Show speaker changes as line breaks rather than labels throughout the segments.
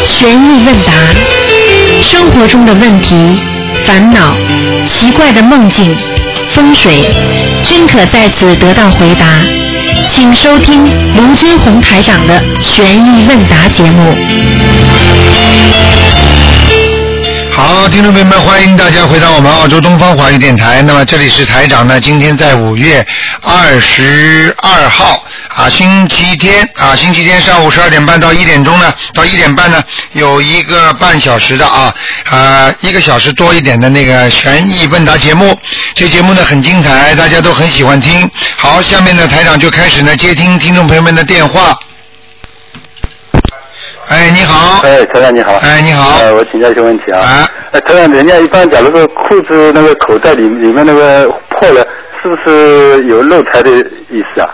问答，生活中的问题、烦恼、奇怪的梦境、风水，均可在此得到回答。请收听卢军红台长的《悬疑问答》节目。
好，听众朋友们，欢迎大家回到我们澳洲东方华语电台。那么这里是台长呢，今天在五月二十二号啊，星期天啊，星期天上午十二点半到一点钟呢，到一点半呢，有一个半小时的啊啊，一个小时多一点的那个悬疑问答节目。这节目呢很精彩，大家都很喜欢听。好，下面呢台长就开始呢接听听众朋友们的电话。哎，你好。
哎，陈长你好。
哎，你好。
呃，我请教一些问题啊。
啊。
呃，陈长，人家一般假如说裤子那个口袋里里面那个破了，是不是有漏财的意思啊？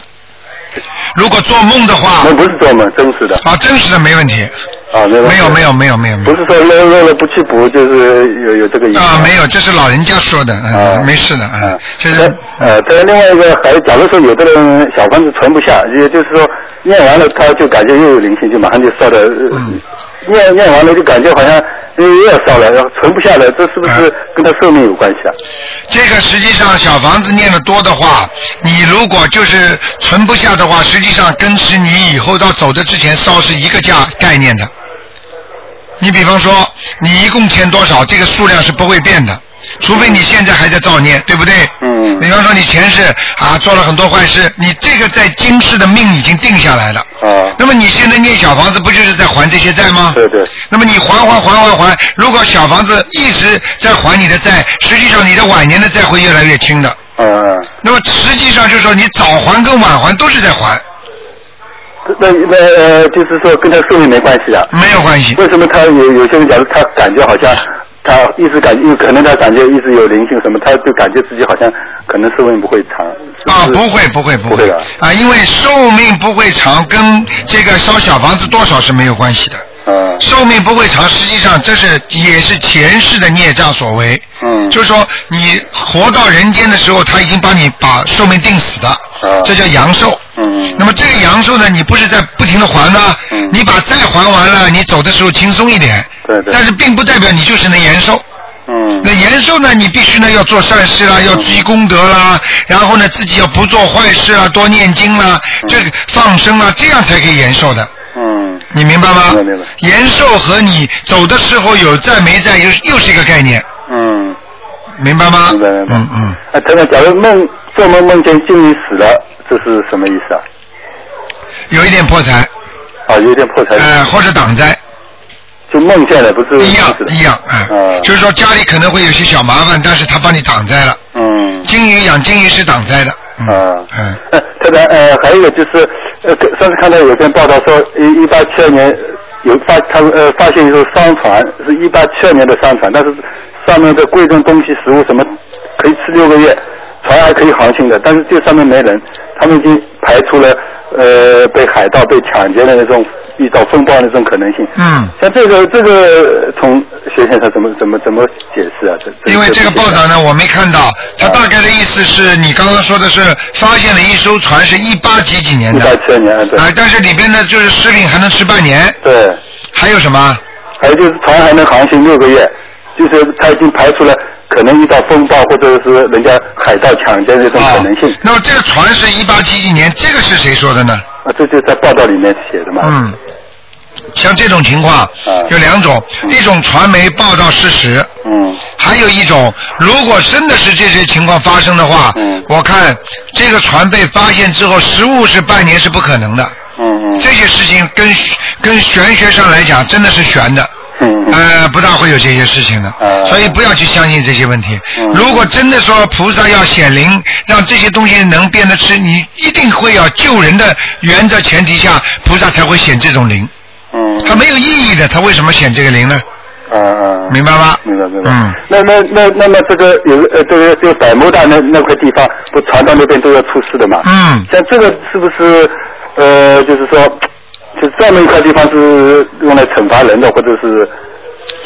如果做梦的话，
那不是做梦，真实的。
啊，真实的没问题。
啊，没有
没有没有没有没有没
不
有
是说漏漏了不去补，就是有有这个意思。
啊，没有，这是老人家说的，
啊
嗯，没事的，嗯
嗯，，
这
再
是
呃，再另外一个，还假如说有的人小房子存不下，也就是说念完了他就感觉又有灵性，就马上就烧了。呃
嗯
念念完了就感觉好像又又要烧了，然后存不下来，这是不是
啊
跟他寿命有关系啊？
这个实际上小房子念的多的话，你如果就是存不下的话，实际上跟是你以后到走的之前烧是一个价概念的。你比方说，你一共欠多少，这个数量是不会变的，除非你现在还在造孽，对不对？
嗯
比方说你前世啊做了很多坏事，你这个在今世的命已经定下来了。
啊，
那么你现在念小房子，不就是在还这些债吗？
对对，
那么你还还还还还，如果小房子一直在还你的债，实际上你的晚年的债会越来越轻的。
嗯，
那么实际上就是说，你早还跟晚还都是在还，
那那呃，就是说跟他寿命没关系啊？
没有关系。
为什么他有有些人，假如他感觉好像他一直感觉，有可能他感觉一直有灵性什么，他就感觉自己好像可能寿命不会长。是
啊，
是
不会不会
不
会
会的
啊，因为寿命不会长，跟这个烧小房子多少是没有关系的。
嗯
寿命不会长，实际上这是也是前世的孽障所为。
嗯
就是说你活到人间的时候，他已经把你把寿命定死的，
啊
这叫阳寿。
嗯
那么这个阳寿呢，你不是在不停的还呢？
嗯
你把债还完了，你走的时候轻松一点。
对对
但是并不代表你就是能延寿。
嗯
那延寿呢，你必须呢要做善事啦，要积功德啦，然后呢自己要不做坏事啊，多念经啦，这个放生啊，这样才可以延寿的。
嗯
你明白吗
明白明白？
延寿和你走的时候有在没在又又是一个概念，
嗯，
明白吗？
明白明白
嗯嗯，
啊，等等，假如梦做梦梦见经理死了，这是什么意思啊？
有一点破财，
啊，有点破财，
呃，或者挡灾，
就梦见了，不是
一样
不嗯是
一样，哎、
啊，
就是说家里可能会有些小麻烦，但是他帮你挡灾了。
嗯。
金鱼养金鱼是挡灾的。嗯
啊
嗯，
呃， 特别呃，还有一个就是，呃，跟上次看到有篇报道说，一一八七二年有发他们呃发现一艘商船，是一八七二年的商船，但是上面的贵重东西、食物什么可以吃六个月，船还可以航行的，但是这上面没人，他们已经排除了呃被海盗、被抢劫的那种遇到风暴的那种可能性。
嗯
像这个这个从薛先生怎么怎么怎么解释啊？这
因为这个报道呢，我没看到，他大概的意思是你刚刚说的是发现了一艘船是一八几几年
一
的，
八七二年，对、
啊、但是里边呢就是食品还能吃半年，
对。
还有什么？
还有就是船还能航行六个月，就是他已经排除了可能遇到风暴或者是人家海盗抢劫这种可能性。
啊那么这个船是一八几几年，这个是谁说的呢？
啊，这就是在报道里面写的嘛。
嗯，像这种情
啊
况有两种，一种传媒报道事实，
嗯
还有一种，如果真的是这些情况发生的话，
嗯
我看这个船被发现之后，失误是半年是不可能的。
嗯嗯
这些事情跟跟玄学上来讲，真的是玄的。
嗯嗯
呃，不大会有这些事情的，
嗯
所以不要去相信这些问题。
嗯
如果真的说菩萨要显灵，让这些东西能变得吃，你一定会要救人的原则前提下，菩萨才会显这种灵。
嗯，
他没有意义的，他为什么显这个灵呢？
啊啊，
明白吗？
明白明白。
嗯。
那那那那么这个有呃这个这个百慕大那那块地方，不船到那边都要出事的嘛。
嗯，
像这个是不是呃就是说，就这么一块地方是用来惩罚人的，或者是？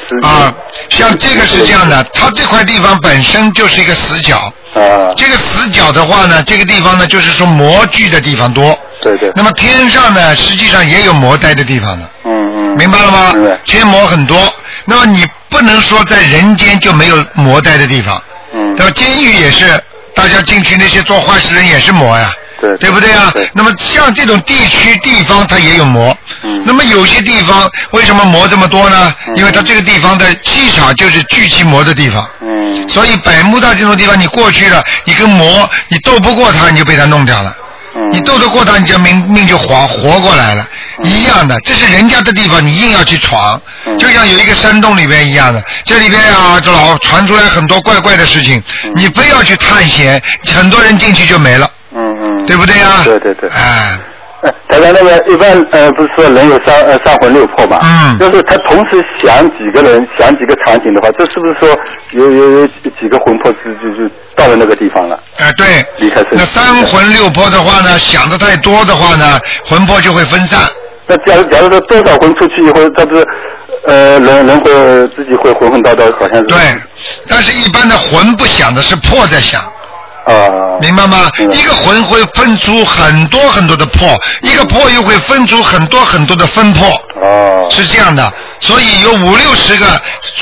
是
啊，像这个是这样的，它这块地方本身就是一个死角，
啊，
这个死角的话呢，这个地方呢就是说魔聚的地方多。
对对，
那么天上呢，实际上也有魔待的地方的。
嗯嗯。
明白了吗
明白？
天魔很多，那么你不能说在人间就没有魔待的地方，
嗯
那，么监狱也是，大家进去那些做坏事的人也是魔呀。
对
对不对啊
对？
那么像这种地区地方，它也有魔。
嗯
那么有些地方为什么魔这么多呢？
嗯
因为它这个地方的气场就是聚集魔的地方，
嗯，
所以百慕大这种地方，你过去了，你跟魔你斗不过他，你就被他弄掉了。
嗯
你斗得过他，你就命命就活活过来了，一样的，这是人家的地方，你硬要去闯，
嗯
就像有一个山洞里边一样的，这里边啊，这老传出来很多怪怪的事情，你非要去探险，很多人进去就没了，
嗯嗯，
对不啊对呀？
对对对。
哎，
呃，台长，那个一般呃，不是说人有三呃三魂六魄嘛？
嗯
就是他同时想几个人，想几个场景的话，这是不是说有有有几个魂魄就就就到了那个地方了？
哎对。
离开身体
那三魂六魄的话呢，想的太多的话呢，魂魄就会分散。
那假如假如说多少魂出去以后，他不是呃人人会自己会混混沌沌，好像是
对，但是一般的魂不想的是魄在想。
啊，
明白吗？
明白
一个魂会分出很多很多的魄，一个魄又会分出很多很多的分魄，
哦，
是这样的。所以有五六十个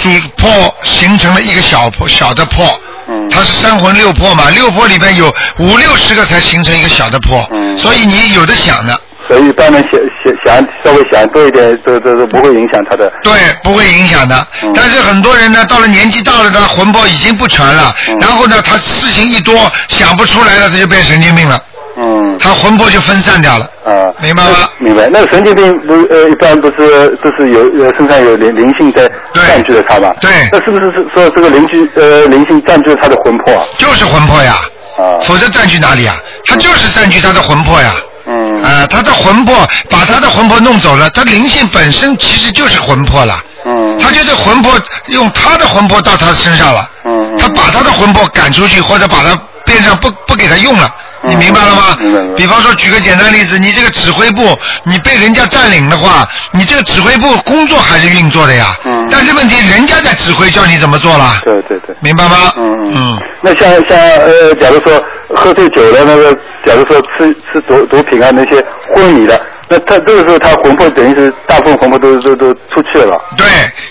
主魄形成了一个小魄小的魄。
嗯
它是三魂六魄嘛，六魄里边有五六十个才形成一个小的魄，
嗯
所以你有的想的，
所以一般人想想想稍微想多一点，这这这不会影响他的，
对，不会影响的。
嗯
但是很多人呢，到了年纪大了，他魂魄已经不全了，
嗯
然后呢，他事情一多想不出来了，他就变神经病了，
嗯。
他魂魄就分散掉了。
啊，
明白吗
明白。那个神经病不呃，一般不是不是有呃身上有灵灵性在
对
占据着他嘛？
对
那是不是是说这个灵居呃灵性占据了他的魂魄啊？
就是魂魄呀，
啊，
否则占据哪里啊？他就是占据他的魂魄呀。
嗯
啊，他的魂魄把他的魂魄弄走了，他灵性本身其实就是魂魄了，
嗯
他就是魂魄用他的魂魄到他身上了，
嗯嗯
他把他的魂魄赶出去，或者把他边上不不给他用了。
嗯
你明白了吗？
明白明白
比方说，举个简单例子，你这个指挥部，你被人家占领的话，你这个指挥部工作还是运作的呀。
嗯
但是问题，人家在指挥，叫你怎么做了？
对对对。
明白吗？
嗯
嗯。
那像像呃，假如说喝醉酒了，那个假如说吃吃毒毒品啊那些昏迷了，那他这个时候他魂魄等于是大部分魂魄都都都出去了。
对，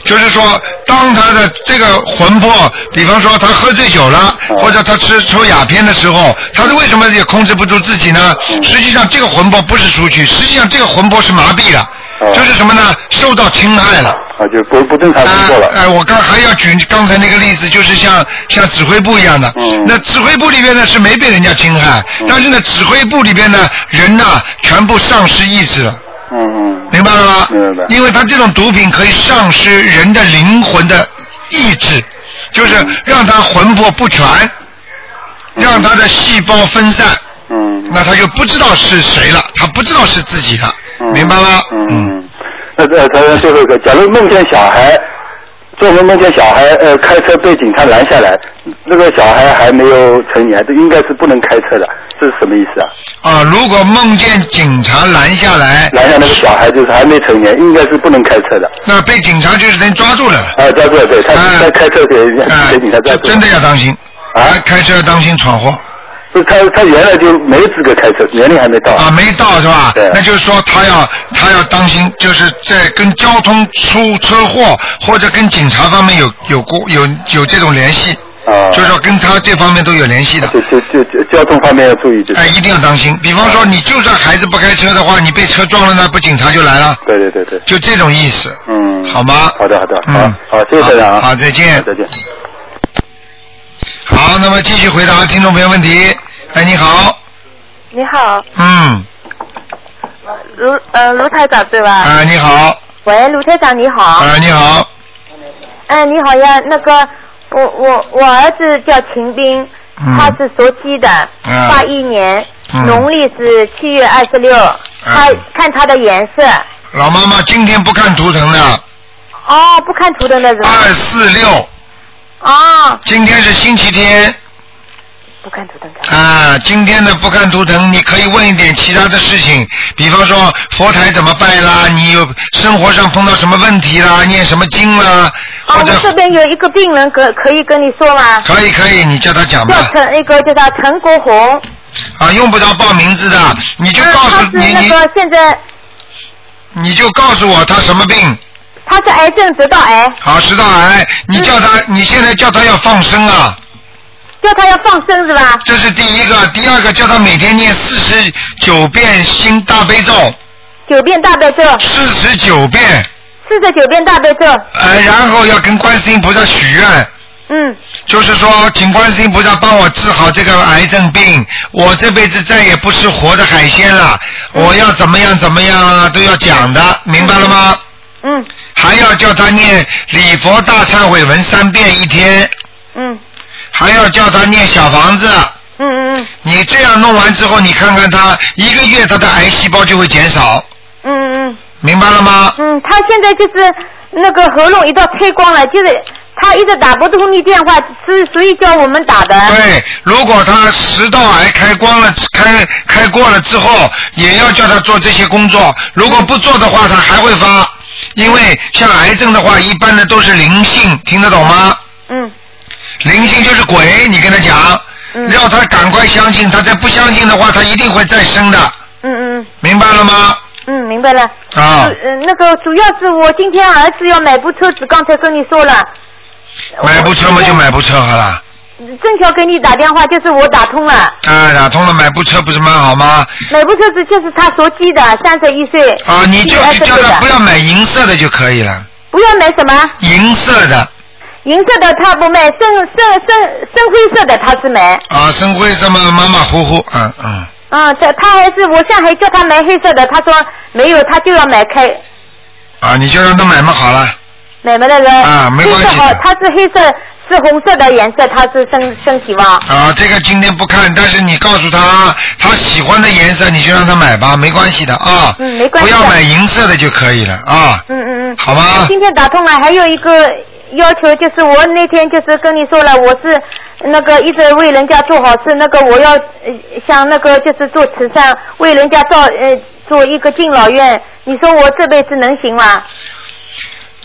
就是说，当他的这个魂魄，比方说他喝醉酒了，
嗯
或者他吃抽鸦片的时候，他是为什么也控制不住自己呢？
嗯
实际上，这个魂魄不是出去，实际上这个魂魄是麻痹了，
嗯
就是什么呢？受到侵害了。
啊，就不不正常
哎
工作了。
哎，我刚还要举刚才那个例子，就是像像指挥部一样的。
嗯
那指挥部里边呢是没被人家侵害，
嗯
但是呢，指挥部里边呢人呐、全部丧失意志了。
嗯嗯
明白了吗？
明白
因为他这种毒品可以丧失人的灵魂的意志，就是让他魂魄不全，让他的细胞分散，
嗯。
那他就不知道是谁了，他不知道是自己了，
嗯
明白吗？
嗯，嗯那呃，咱们最后一个，假如梦见小孩，做梦梦见小孩呃开车被警察拦下来，那个小孩还没有成年，这应该是不能开车的，这是什么意思啊？
啊，如果梦见警察拦下来，
拦下那个小孩就是还没成年，应该是不能开车的。
那被警察就是能抓住了。
啊，对对对，他
哎
他开车给人家
哎
给警察，抓
这
住了
真的要当心，哎
啊，
开车要当心闯祸
就他他原来就没资格开车，年龄还没到。
啊！没到是吧
对？
那就是说他要他要当心，就是在跟交通出车祸或者跟警察方面有有过有有这种联系，
啊，
就是说跟他这方面都有联系的。
就就就就交通方面要注意，就是
哎，一定要当心。比方
啊
说，你就算孩子不开车的话，你被车撞了，那不警察就来了，
对对对对，
就这种意思，
嗯，
好吗？
好的好的，好
嗯，
好，谢谢台长啊，
好好再见
好再见。
好，那么继续回答听众朋友问题。哎，你好，
你好，
嗯，
卢呃卢台长对吧？
啊，你好，
喂，卢台长你好。
啊，你好，
哎，你好呀，那个我我我儿子叫秦兵，
嗯
他是属鸡的，
嗯
八一年，
嗯
农历是七月二十六。他看他的颜色，
老妈妈今天不看图腾的，
哦，不看图的那种。
二四六，
哦，
今天是星期天
不看图腾的。
啊，今天的不看图腾，你可以问一点其他的事情，比方说佛台怎么拜啦，你有生活上碰到什么问题啦，念什么经啦，
哦，
或
我这
者
边有一个病人可可以跟你说吗？
可以可以，你叫他讲
叫
吧，
陈那个叫他陈国红，
啊，用不着报名字的，你就
嗯
告
他
诉
是
你
那
你
个现在
你就告诉我他什么病，
他是癌症直到癌，
好，食道癌，你叫他，你现在叫他要放生啊，
叫他要放生是吧？
这是第一个，第二个叫他每天念四十九遍心大悲咒，
九遍大悲咒，
四十九遍，
四十九遍大悲咒，
呃，然后要跟观世音菩萨许愿，
嗯，
就是说，请观世音菩萨帮我治好这个癌症病，我这辈子再也不吃活的海鲜了，我要怎么样怎么样啊，都要讲的，明白了吗？
嗯，
还要叫他念礼佛大忏悔文三遍一天，
嗯，
还要叫他念小房子。
嗯嗯嗯
你这样弄完之后，你看看他一个月他的癌细胞就会减少，
嗯嗯
明白了吗？
嗯，他现在就是那个喉咙一道吹光了，就是他一直打不通你电话，是所以叫我们打的。
对，如果他食道癌开光了，开开过了之后，也要叫他做这些工作。如果不做的话，他还会发。因为像癌症的话，一般的都是灵性，听得懂吗？
嗯
灵性就是鬼，你跟他讲，
嗯
要他赶快相信，他再不相信的话，他一定会再生的，
嗯嗯
明白了吗？
嗯，明白了。
啊
主，呃，那个主要是我今天儿子要买部车子，刚才跟你说了。
买部车嘛就买部车好了。
正巧给你打电话，就是我打通了。
啊，打通了，买部车不是蛮好吗？
买部车子就是他所记的，三十一岁。
啊，你就
第
就叫
二个
他
的
不要买银色的就可以了，
不要买什么
银色的
银色的，他不卖，深深深深灰色的他是买。
啊，深灰色嘛，马马虎虎，嗯嗯，
嗯，这他还是我现在还叫他买黑色的，他说没有，他就要买开
啊，你就让他买嘛好了，
买买了人。
啊没关系的
黑色好，他是黑色是红色的颜色，他是身身体吧？
啊，这个今天不看，但是你告诉他他喜欢的颜色，你就让他买吧，没关系的啊，
嗯没关
不
系的
要买银色的就可以了啊，
嗯嗯嗯。
好吗？
今天打通了，还有一个要求就是，我那天就是跟你说了，我是那个一直为人家做好事，那个我要呃像那个就是做慈善，为人家造呃做一个敬老院，你说我这辈子能行吗？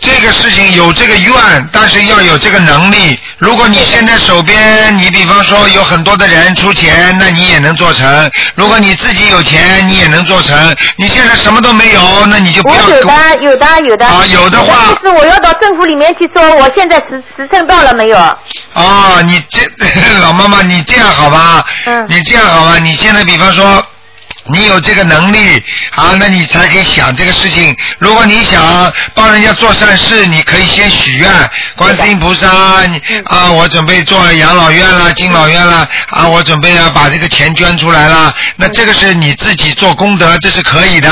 这个事情有这个愿，但是要有这个能力。如果你现在手边，你比方说有很多的人出钱，那你也能做成；如果你自己有钱，你也能做成。你现在什么都没有，那你就不
我
要
有
多
的，有的，有的。
啊有的 话
就是我要到政府里面去说，我现在时时辰到了没有？
啊！你这 老妈妈，你这样好吧？
嗯
你这样好吧？你现在比方说。你有这个能力啊，那你才可以想这个事情。如果你想帮人家做善事，你可以先许愿，观世音菩萨，你
嗯
啊，我准备做养老院啦、敬老院啦，啊，我准备要把这个钱捐出来啦。那
嗯
这个是你自己做功德，这是可以的。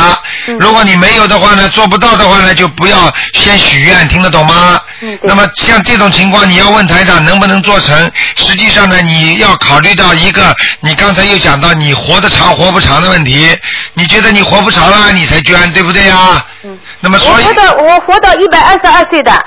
如果你没有的话呢，做不到的话呢，就不要先许愿，听得懂吗？
嗯对
那么像这种情况，你要问台长能不能做成，实际上呢，你要考虑到一个，你刚才又讲到你活得长活不长的问题，你觉得你活不长了，你才捐，对不对呀？
嗯。
那么
我
所以
活，到我活到一百二十二岁的，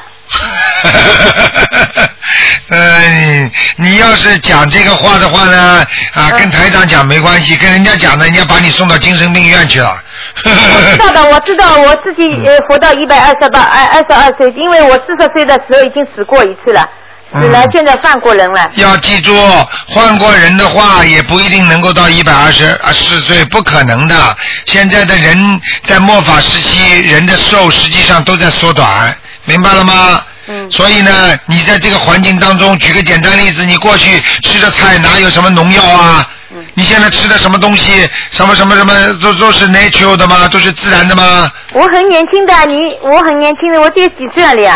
嗯，你要是讲这个话的话呢，啊，
嗯
跟台长讲没关系，跟人家讲呢，人家把你送到精神病院去了。 哎
知道的，我知道我自己
嗯
呃活到一百二十八二二十二岁，因为我四十岁的时候已经死过一次了，死了
嗯
现在放过人了。
要记住，换过人的话，也不一定能够到一百二十啊四岁，不可能的。现在的人在末法时期，人的寿实际上都在缩短，明白了吗？
嗯
所以呢，你在这个环境当中，举个简单例子，你过去吃的菜哪有什么农药啊？
嗯
你现在吃的什么东西，什么什么什么，都都是 natural 的吗？都是自然的吗？
我很年轻的，你我很年轻的，我只有几岁了呀？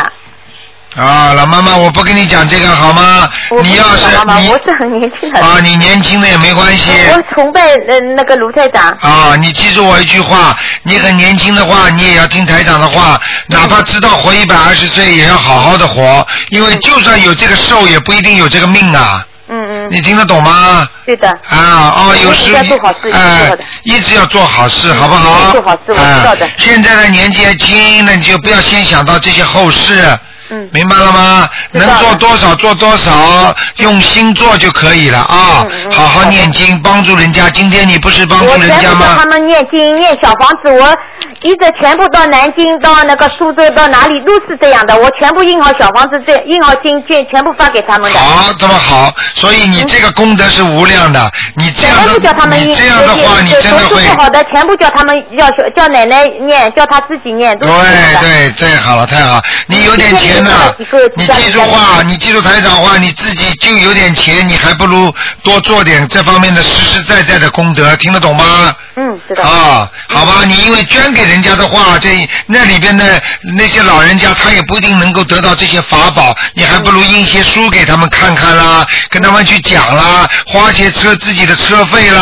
啊，老妈妈，我不跟你讲这个好吗
我？不
你要是
妈妈，
你
我是很年轻的。
啊，你年轻的也没关系。
我崇拜呃那个卢台长。
啊，你记住我一句话，你很年轻的话，你也要听台长的话，
嗯
哪怕知道活一百二十岁，也要好好的活，因为就算有这个寿，也不一定有这个命啊。
嗯嗯，
你听得懂吗？
对的。
啊哦，有时
一直在做好事
哎、
一直做的嗯
一直要做好事，好不好？
做好事我知
哎
道的
现在的年纪还轻，那你就不要先想到这些后事，
嗯
明白了吗？
知
能
道了嗯
做多少做多少，用心做就可以了啊！
嗯嗯
好好
好的
念经，帮助人家。今天你不是帮助
我
人
全
家
部
吗？
帮他们念经、念小房子，我一直全部到南京、到那个苏州、到哪里都是这样的，我全部印好小房子，这印好经，全全部发给他们的。
好，这么好，所以你这个功德是无量的，你这样
全部叫他
的
们
你
念
这样的话，你
就是
真的
读
会
书不好的全部叫他们要学，叫奶奶念，叫他自己念，都
对
是这样的。嗯
对，这好了，太好。你有点钱呐、
一个一个
你记住话，你记住台长话，你自己就有点钱，你还不如多做点这方面的实实在在的功德，听得懂吗？
嗯，知道。嗯
啊，好吧，你因为捐给人家的话，这那里边的那些老人家，他也不一定能够得到这些法宝，你还不如印些书给他们看看
嗯
啦，跟他们去讲啦，花些车自己的车费啦。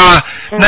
嗯
那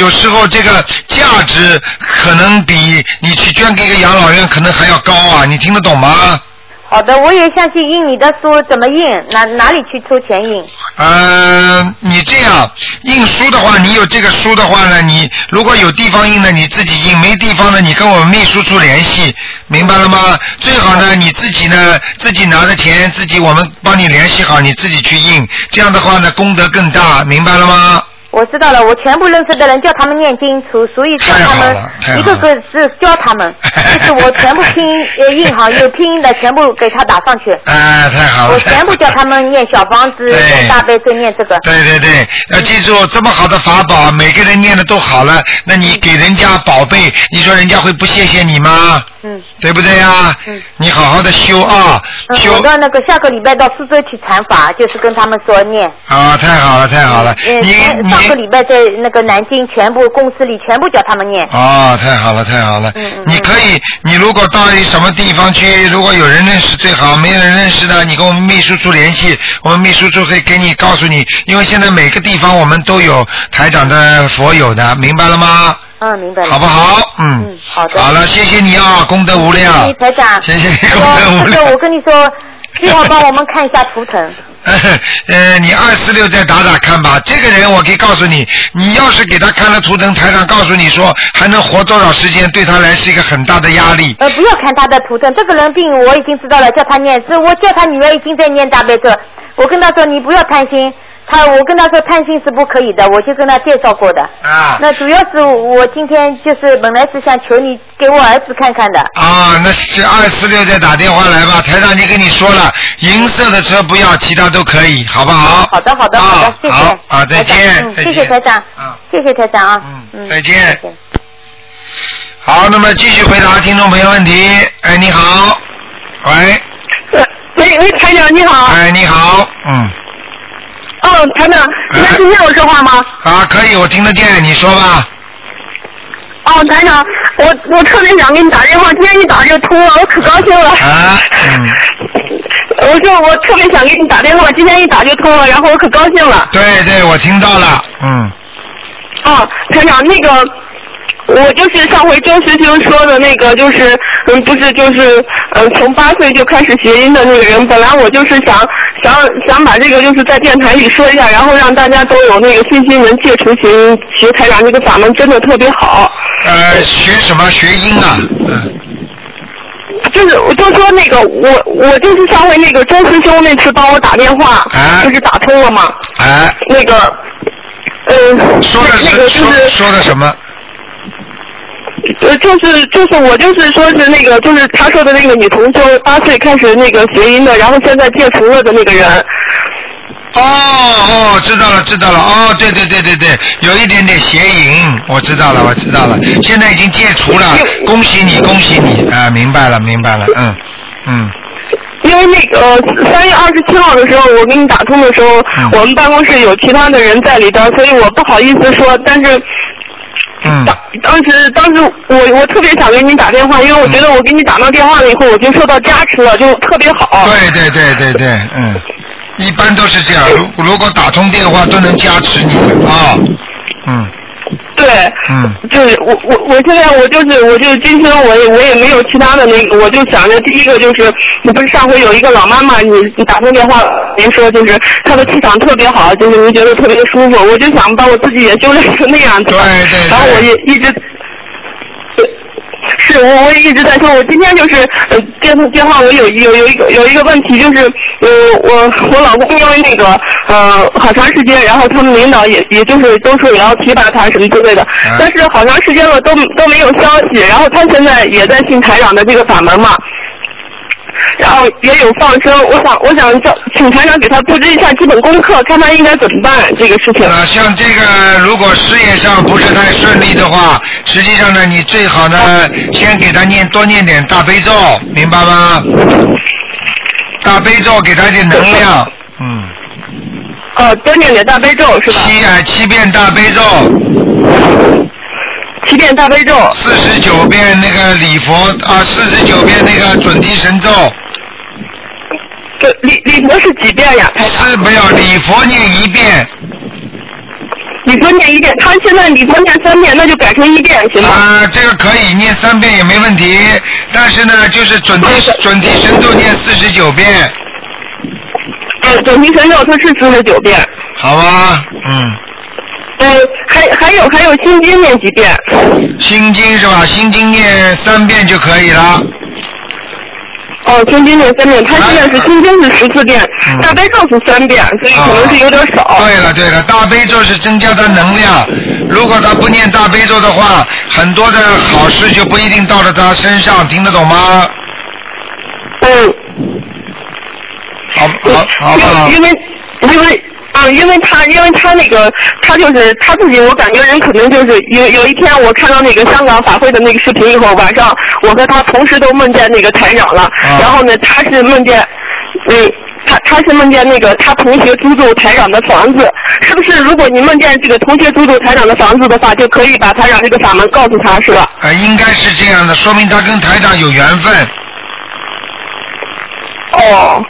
有时候这个价值可能比你去捐给一个养老院可能还要高啊，你听得懂吗？
好的，我也想去印你的书，怎么印？哪哪里去出钱印？
呃，你这样印书的话，你有这个书的话呢，你如果有地方印呢，你自己印；没地方呢，你跟我们秘书处联系，明白了吗？最好呢，你自己呢，自己拿着钱，自己我们帮你联系好，你自己去印。这样的话呢，功德更大，明白了吗？
我知道了，我全部认识的人叫他们念经除，所以叫他
太好了太好
们
了
一个个是教他 们，就是我全部拼音呃印好，有拼音的全部给他打上去，
哎、太好了！
我全部叫他们念小房子、
对
念大悲咒、念这个。
对对对，要记住这么好的法宝，每个人念的都好了，那你给人家宝贝，你说人家会不谢谢你吗？
嗯，
对不对呀、
嗯
你好好的修啊，
嗯，
修
我到那个下个礼拜到苏州去禅法，就是跟他们说念。
啊，太好了，太好了，
嗯
你
上上个
你
礼拜在那个南京，全部公司里全部叫他们念。
啊，太好了，太好了
嗯嗯，
你可以，你如果到什么地方去，如果有人认识最好，没人认识的，你跟我们秘书处联系，我们秘书处会给你告诉你，因为现在每个地方我们都有台长的佛友的，明白了吗？
嗯，明白了。
好不好？嗯
嗯，好的
了，谢谢你啊，功德无
谢谢
量
你，。嗯台长。
谢谢你功德无
说 这个，我
量。
跟你说，最好帮我们看一下图腾。
呃，你二四六再打打看吧。这个人我可以告诉你，你要是给他看了图腾，台长告诉你说还能活多少时间，对他来是一个很大的压力。
呃，不要看他的图腾，这个人病我已经知道了，叫他念，是我叫他女儿已经在念大悲咒，我跟他说你不要贪心，他我跟他说贪心是不可以的，我就跟他介绍过的。
啊
那主要是我今天就是本来是想求你给我儿子看看的，
啊，那是二四六再打电话来吧。台长已经跟你说了，银色的车不要，其他都可以，好不好？
好的好的好
啊
的，谢谢
好啊，再
台长
见，
嗯
再
谢
见。
谢台长
啊，
谢谢台长啊
嗯，
嗯，
再见好，那么继续回答听众朋友问题。哎，你好，喂，
喂喂，台长你好。
哎，你好，嗯，
哦，台长，你能听见我说话吗？
啊，可以，我听得见，你说吧。
哦，台长，我我特别想给你打电话，今天一打就通了，我可高兴了。
啊，嗯，
我说我特别想给你打电话，今天一打就通了，然后我可高兴了。
对对，我听到了，嗯，
哦，台长，那个我就是上回周师兄说的那个，就是嗯，不是就是嗯，从八岁就开始学音的那个人。本来我就是想想想把这个就是在电台里说一下，然后让大家都有那个信心，能戒除学音学台长这个法门真的特别好。
呃，学什么？学音啊，嗯，
就是我就说那个我我就是上回那个周师兄那次帮我打电话，
啊
就是打通了嘛，
哎，
那个，呃，
说的
那个
是
就
说
是
说的什么？
呃，就是就是我就是说是那个就是他说的那个女同修，八岁开始那个学音的，然后现在戒除了的那个人。
哦哦，知道了知道了，哦，对对对对对，有一点点邪淫，我知
嗯
道了我知道了，现在已经戒除了，恭喜你恭喜你啊，明白了明白了，嗯嗯，
因为那个呃三月二十七号的时候，我给你打通的时候，
嗯
我们办公室有其他的人在里边，所以我不好意思说，但是
嗯
当当时当时我我特别想给你打电话，因为我觉得我给你打到电话了以后，我就受到加持了，就特别好。
对对对对对，嗯，一般都是这样，如如果打通电话都能加持你的啊、嗯
对，
嗯，
就是我我我现在我就是我就是今天我也我也没有其他的那个，我就想着第一个就是，你不是上回有一个老妈妈，你你打通电话，您说就是她的气场特别好，就是您觉得特别舒服，我就想把我自己也修炼成那样子。
对对对
然后我也一直。是我我也一直在说，我今天就是呃电话电话，我有有有一个有一个问题，就是呃我我老公因为那个呃好长时间，然后他们领导也也就是都说也要提拔他什么之类的，但是好长时间了都都没有消息，然后他现在也在信台长的这个法门嘛。然后也有放生。我想，我想叫请台长给他布置一下基本功课，看他应该怎么办这个事情。
啊，像这个如果事业上不是太顺利的话，实际上呢，你最好呢，先给他念多念点大悲咒，明白吗？大悲咒给他一点能量，嗯，
呃，多念点大悲咒是吧？
七啊七遍大悲咒，
七遍大悲咒，
四十九遍那个礼佛啊，四十九遍那个准提神咒，
这礼礼佛是几遍呀？台长，
是不要礼佛念一遍，
礼佛念一遍，他现在礼佛念三遍，那就改成一遍行吗？
啊，这个可以念三遍也没问题，但是呢，就是准提准提神咒念四十九遍，
呃，准提神咒他是四十九遍，
好吧？嗯，
呃，还还有还有心经念几遍？
心经是吧？心经念三遍就可以了。
哦，心经念三遍，他现在是心经是十四遍
嗯，
大悲咒是三遍，所以可能是有点少。
对了对了，大悲咒是增加他能量，如果他不念大悲咒的话，很多的好事就不一定到了他身上，听得懂吗？
嗯，
好好好不好
因？因为因为啊，因为他因为他那个他就是他自己，我感觉人可能就是有有一天我看到那个香港法会的那个视频以后，晚上我和他同时都梦见那个台长了，
啊
然后呢，他是梦见嗯。他他是梦见那个他同学租住台长的房子，是不是？如果你梦见这个同学租住台长的房子的话，就可以把台长这个法门告诉他，是吧？
呃，应该是这样的，说明他跟台长有缘分。
哦，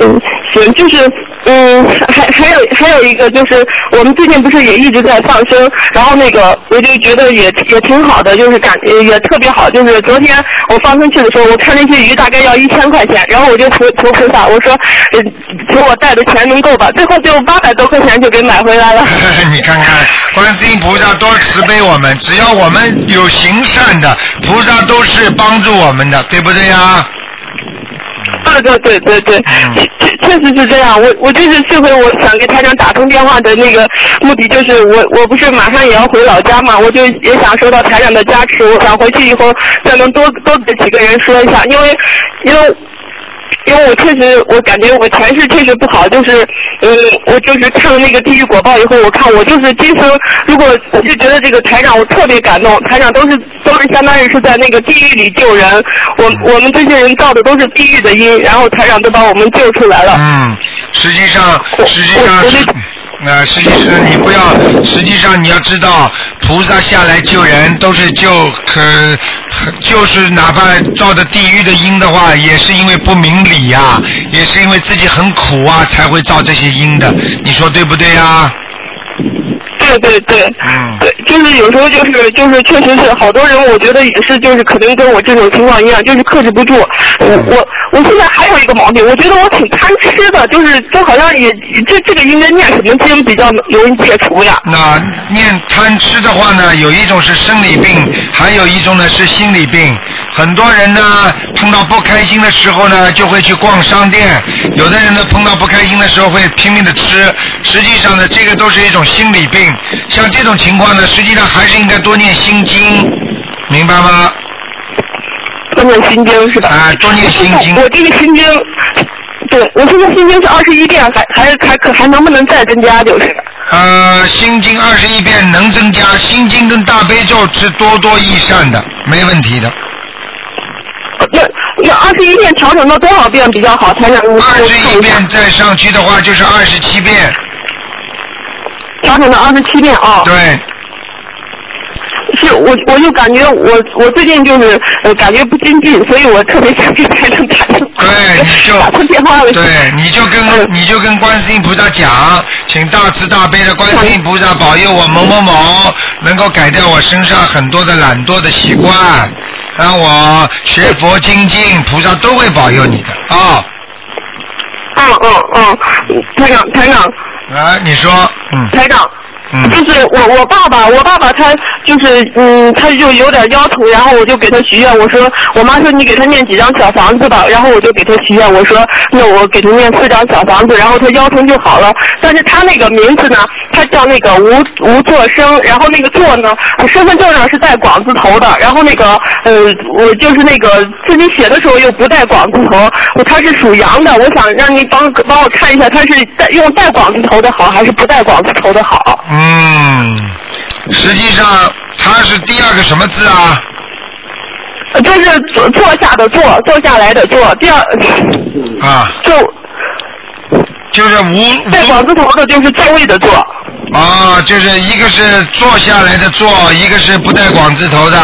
嗯，行，就是，嗯，还还有还有一个就是，我们最近不是也一直在放生，然后那个我就觉得也也挺好的，就是感呃也特别好。就是昨天我放生去的时候，我看那些鱼大概要一千块钱，然后我就求求菩萨，我说，呃，求我带的钱能够吧，最后就八百多块钱就给买回来了。
你看看，观世音菩萨多慈悲我们，只要我们有行善的，菩萨都是帮助我们的，对不对呀？
对啊对对对对，
嗯
确确实是这样。我我就是这回我想给台长打通电话的那个目的，就是我我不是马上也要回老家嘛，我就也想受到台长的加持，我想回去以后再能多多给几个人说一下，因为因为。因为我确实，我感觉我前世确实不好，就是，嗯，我就是看了那个地狱果报以后，我看我就是今生，如果我就觉得这个台长，我特别感动，台长都是都是相当于是在那个地狱里救人，我我们这些人造的都是地狱的因，然后台长都把我们救出来了。
嗯，实际上，
我
实际上
我
是
我就，
呃，实际上你不要，实际上你要知道，菩萨下来救人都是救可，可就是哪怕造的地狱的因的话，也是因为不明理呀、也是因为自己很苦啊，才会造这些因的，你说对不对啊呀、
对对对，
嗯
对，就是有时候就是就是确实是好多人，我觉得也是就是可能跟我这种情况一样，就是克制不住。我
嗯
我我现在还有一个毛病，我觉得我挺贪吃的，就是这好像也这这个应该念什么经比较容易戒除呀？
那念贪吃的话呢，有一种是生理病，还有一种呢是心理病。很多人呢碰到不开心的时候呢，就会去逛商店；有的人呢碰到不开心的时候会拼命的吃。实际上呢，这个都是一种心理病。像这种情况呢，实际上还是应该多念心经，明白吗？
多念心经是吧？
啊多念心经
我这个心经，对我现在心经是二十一遍，还还还可还能不能再增加？就是
呃，心经二十一遍能增加，心经跟大悲咒是多多益善的，没问题的。
那那二十一遍调整到多少遍比较好？才能我
二十
看
一
一下
遍再上去的话，就是二十七遍。
调整到二十七遍啊。
对，
是我，我就感觉我我最近就是呃感觉不精进，所以我特别想给台长打电话，
对，你就
打通电话了。
对，你就跟
嗯
你就跟观世音菩萨讲，请大慈大悲的观世音菩萨保佑我某某某能够改掉我身上很多的懒惰的习惯，让我学佛精进，菩萨都会保佑你的啊、
嗯嗯嗯，台长台长
来，你说，嗯
台长，
嗯
就是我我爸爸，我爸爸他就是嗯，他就有点腰疼，然后我就给他许愿，我说我妈说你给他念几张小房子吧，然后我就给他许愿，我说那我给他念四张小房子，然后他腰疼就好了。但是他那个名字呢，他叫那个吴吴作生，然后那个作呢，呃身份证上是带广字头的，然后那个呃，我就是那个自己写的时候又不带广字头，我他是属羊的，我想让你帮帮我看一下，他是带用带广字头的好还是不带广字头的好？
嗯，实际上它是第二个什么字啊？
呃就是坐坐下的坐，坐下来的坐，第二
啊，
就
就是无
带广字头的就是座位的坐。
无啊，就是一个是坐下来的坐，一个是不带广字头的，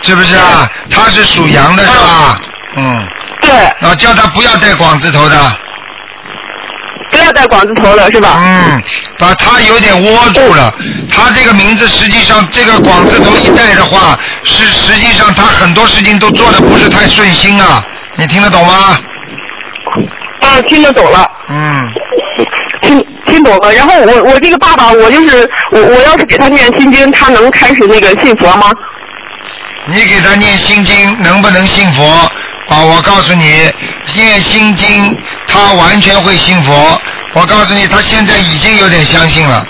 是不是啊？它是属羊的是吧？嗯，
对，
啊，叫他不要带广字头的。
不要带广字头了是吧？
嗯，把他有点窝住了。他这个名字实际上，这个广字头一带的话，是实际上他很多事情都做的不是太顺心啊。你听得懂吗？
啊，听得懂了。
嗯，
听听懂了，然后我我这个爸爸，我就是我我要是给他念心经，他能开始那个信佛吗？
你给他念心经，能不能信佛？啊，我告诉你，念心经，他完全会信佛。我告诉你，他现在已经有点相信了。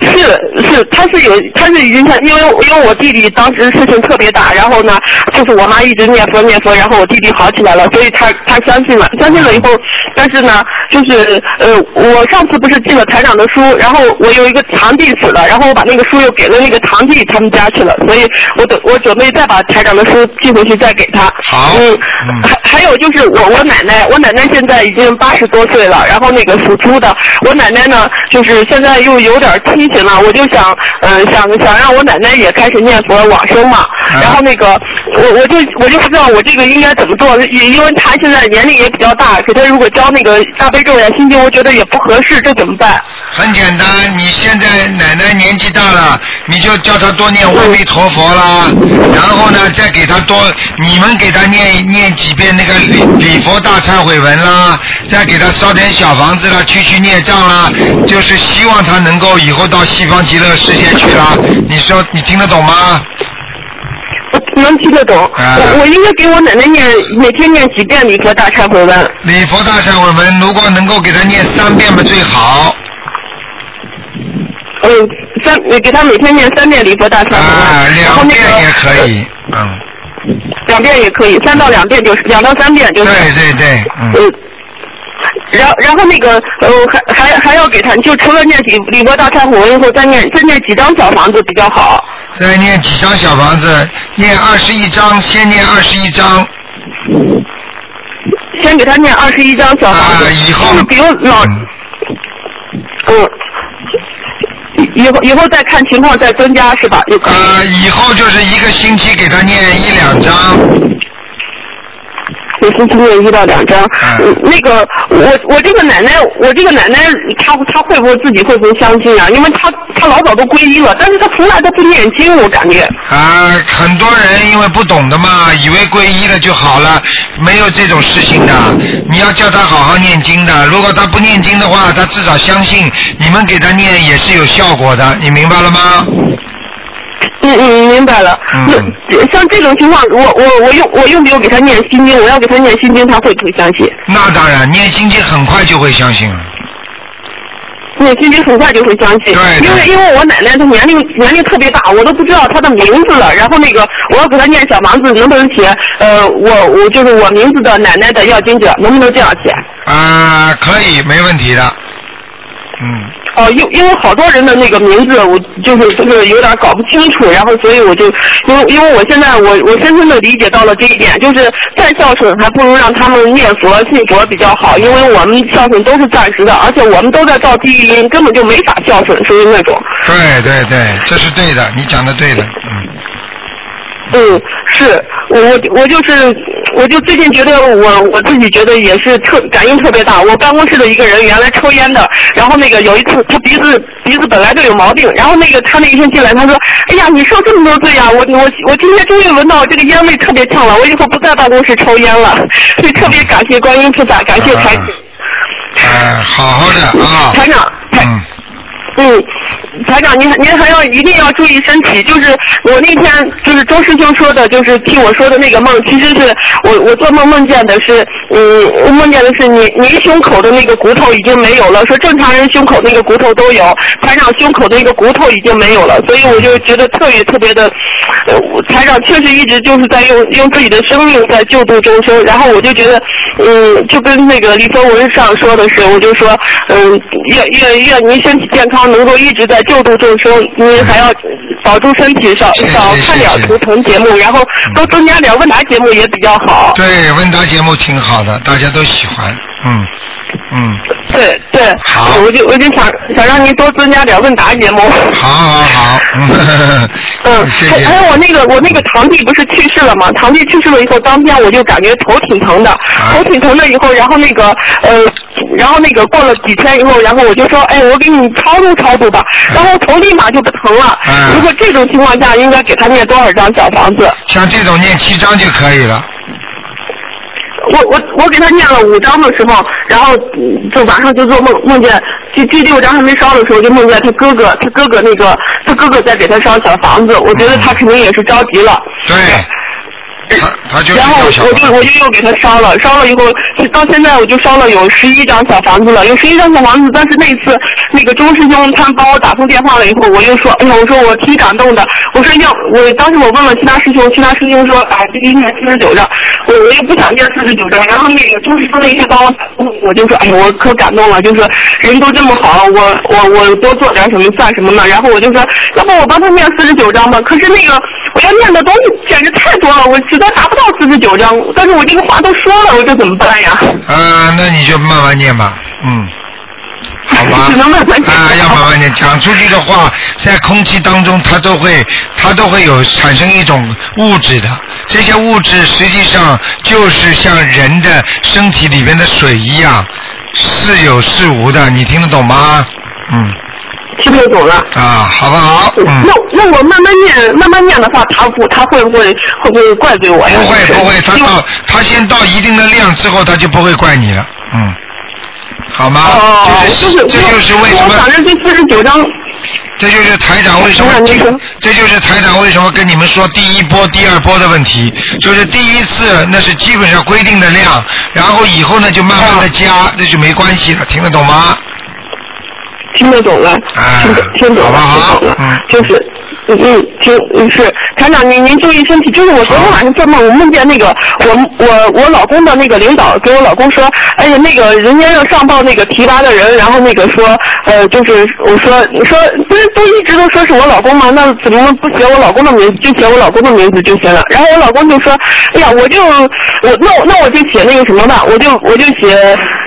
是是，他是有他是已经他，因为因为我弟弟当时事情特别大，然后呢，就是我妈一直念佛念佛，然后我弟弟好起来了，所以他他相信了，相信了以后，但是呢，就是呃，我上次不是进了台长的书，然后我有一个堂弟死了，然后我把那个书又给了那个堂弟他们家去了，所以我准我准备再把台长的书寄回去再给他。
好
嗯，
嗯
还还有就是我我奶奶，我奶奶现在已经八十多岁了，然后那个属猪的，我奶奶呢就是现在又有点畸形了，我就想嗯、呃、想想让我奶奶也开始念佛往生嘛，
嗯
然后那个我我就我就不知道我这个应该怎么做，因因为她现在年龄也比较大，给她如果教那个大悲咒呀心经，我觉得也不合适，这怎么办？
很简单，你现在奶奶年纪大了，你就叫她多念阿弥陀佛啦，然后呢，再给她多，你们给她念念几遍那个礼礼佛大忏悔文啦，再给她烧点小房子啦，驱驱孽障啦，就是希望她能够以后到西方极乐世界去啦。你说你听得懂吗？
我能听得懂，
啊
我我应该给我奶奶念每天念几遍礼佛大忏悔文。
礼佛大忏悔文如果能够给她念三遍嘛最好
嗯，三，你给他每天念三遍礼佛大忏悔
啊，
文，然后
两
那
遍
个
也可，以，嗯，
呃两遍也可以，三到两遍就是两到三遍就
对
是。
对对，嗯。
嗯。然然后那个呃，还还还要给他，就除了念几礼佛大忏悔文以后，再念再念几张小房子比较好。
再念几张小房子，念二十一章，先念二十一章
先给他念二十一张小房子，
啊以后
就是比如老
嗯
嗯，以以后以后再看情况再增加是吧？就可以。
啊，以后就是一个星期给他念一两章，
每星期念一到两张。
嗯
嗯那个，我我这个奶奶，我这个奶奶，她她会不会自己会不会相信啊？因为她她老早都皈依了，但是她从来都不念经，我感觉。
啊，很多人因为不懂的嘛，以为皈依了就好了，没有这种事情的。你要叫他好好念经的，如果他不念经的话，他至少相信你们给他念也是有效果的，你明白了吗？
嗯嗯，明白了。
嗯
那像这种情况，我我我用我用不用给她念心经？我要给她念心经，她会不会相信？
那当然，念心经很快就会相信了。
念心经很快就会相信，
对对
因为因为我奶奶她年龄年龄特别大，我都不知道她的名字了。然后那个我要给她念小房子，能不能写呃我我就是我名字的奶奶的要经者，能不能这样写？
啊，可以，没问题的。嗯。
哦，因因为好多人的那个名字，我就是就是有点搞不清楚，然后所以我就，因为因为我现在我我深深的理解到了这一点，就是再孝顺还不如让他们念佛信佛比较好，因为我们孝顺都是暂时的，而且我们都在造地狱因，根本就没法孝顺，属于那种。
对对对，这是对的，你讲的对的，嗯，
嗯，是我我我就是我就最近觉得我我自己觉得也是特感应特别大。我办公室的一个人原来抽烟的，然后那个有一次他鼻子鼻子本来就有毛病，然后那个他那一天进来他说，哎呀你受这么多罪呀、我我我今天终于闻到这个烟味特别呛了，我以后不在办公室抽烟了，所以特别感谢观音菩萨，感谢台
啊、好好的啊，
台长台
嗯，
嗯，台长您您还要一定要注意身体。就是我那天就是周师兄说的，就是替我说的那个梦，其实是我我做梦梦见的是，嗯，我梦见的是您您胸口的那个骨头已经没有了，说正常人胸口那个骨头都有，台长胸口的那个骨头已经没有了，所以我就觉得特别特别的，呃我台长确实一直就是在用用自己的生命在救度众生，然后我就觉得，嗯，就跟那个李佛文上说的是，我就说，嗯，愿愿愿您身体健康，能够一直在救度众生，您还要保住身体，少
是是
少
是
看点
是
图腾节目，然后
嗯
多增加点问答节目也比较好。
对，问答节目挺好的，大家都喜欢，嗯嗯，
对对，
好
我就我就想想让您多增加点问答节目。
好好好，嗯，
嗯，
谢
还还
谢。
有我那个我那个堂弟不是去世了吗？堂弟去世了以后，当天我就感觉头挺疼的，
啊
头挺疼了以后，然后那个呃，然后那个过了几天以后，然后我就说，哎，我给你超度超度吧，然后头立马就不疼了。
嗯
如果这种情况下，应该给他念多少张小房子？
像这种念七章就可以了，
我我我给他念了五张的时候，然后嗯就晚上就做梦梦见第第六张还没烧的时候，就梦见他哥哥，他哥哥那个他哥哥在给他烧小房子，我觉得他肯定也是着急了。
对，他他就是
然后
叫
我
小
就
房
我
子
就又给他烧了，烧了以后，到现在我就烧了有十一张小房子了，有十一张小房子。但是那次那个周师兄他帮我打通电话了以后，我就说，哎呀，我说我挺感动的，我说要我当时我问了其他师兄，其他师兄说，哎，这一天四十九张，我我也不想念四十九张。然后那个周师兄那天帮我打通，我就说，哎呀，我可感动了，就说人都这么好，我哎我我多做点什么算什么呢？然后我就说，要不我帮他念四十九张吧。可是那个我要念的东西简直太多了，我实在达不到四十九章。但是我这个话都说了，我这怎么办呀？
呃，那你就慢慢念吧，嗯。好吧
，只能慢慢讲
啊，要慢慢念。讲出去的话，在空气当中，它都会，它都会有产生一种物质的。这些物质实际上就是像人的身体里边的水一样，是有是无的。你听得懂吗？嗯，
听不懂了。
啊，好不好？嗯
那，那我慢慢念，慢慢念的话，他不他会不会会不会怪罪我呀？
不会不会，它
因为
到它先到一定的量之后，它就不会怪你了。嗯，好吗？
哦，
这
是
这就是为什
我
么
想着这四十九章
这就是台长为什么
台长您说，
这就是台长为什么跟你们说第一波、第二波的问题，就是第一次那是基本上规定的量，然后以后呢就慢慢的加，这就没关系了，听得懂吗？
听得懂了，
啊
听得听懂
好不
了，
好
听懂了，
嗯
就是。嗯嗯，听嗯是，团长您您注意身体。就是我昨天晚上做梦，我梦见那个我我我老公的那个领导给我老公说，哎呀那个人家要上报那个提拔的人，然后那个说呃就是我说你说不是不一直都说是我老公吗？啊那怎么不写我老公的名字，就写我老公的名字就行了？然后我老公就说，哎呀我就我那我那我就写那个什么吧，我就我就写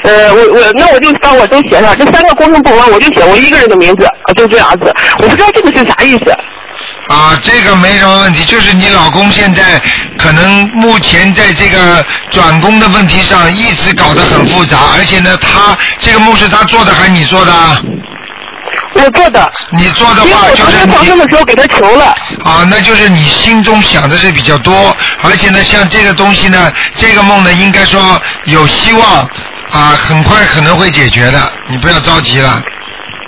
呃我我那我就帮我都写上这三个工程部门，我就写我一个人的名字，啊就这样子。我不知道这个是啥意思。
啊，这个没什么问题，就是你老公现在可能目前在这个转工的问题上一直搞得很复杂，而且呢，他这个梦是他做的还是你做的啊？
我做的，
你做的
因为
话
我
就
昨
是
天早
你
上的时候给他求了，
啊，那就是你心中想的是比较多，而且呢，像这个东西呢，这个梦呢，应该说有希望啊，很快可能会解决的，你不要着急了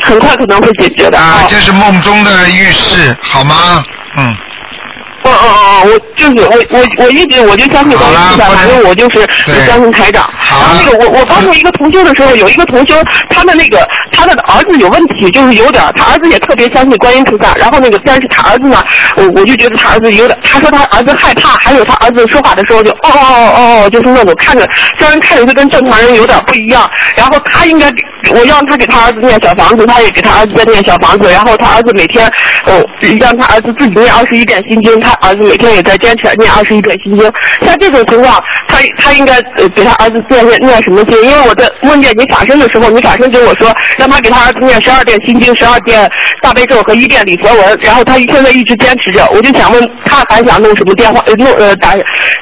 很快可能会解决的。
啊
哦，
这是梦中的预示，好吗？嗯，
嗯嗯嗯，嗯我就是我我我一直我就相信
好
观
啦
世音菩萨，
不能
反正我就是
对
我相信台长。
好啊
然后那个我我帮助一个同修的时候，有一个同修，他的那个他的儿子有问题，就是有点儿，他儿子也特别相信观音菩萨。然后那个但是他儿子呢，我我就觉得他儿子有点，他说他儿子害怕，还有他儿子说话的时候就哦哦哦哦哦，就是那种看着虽然看着就跟正常人有点不一样。然后他应该给我让他给他儿子念小房子，他也给他儿子在念小房子。然后他儿子每天哦让他儿子自己念二十一遍心经，他儿子每天也在坚持念二十一遍心经。像这种情况，他他应该呃给他儿子念念念什么经？因为我在梦见你法身的时候，你法身跟我说让他给他儿子念十二遍心经、十二遍大悲咒和一遍礼佛文，然后他现在一直坚持着。我就想问他还想弄什么电话，呃弄呃打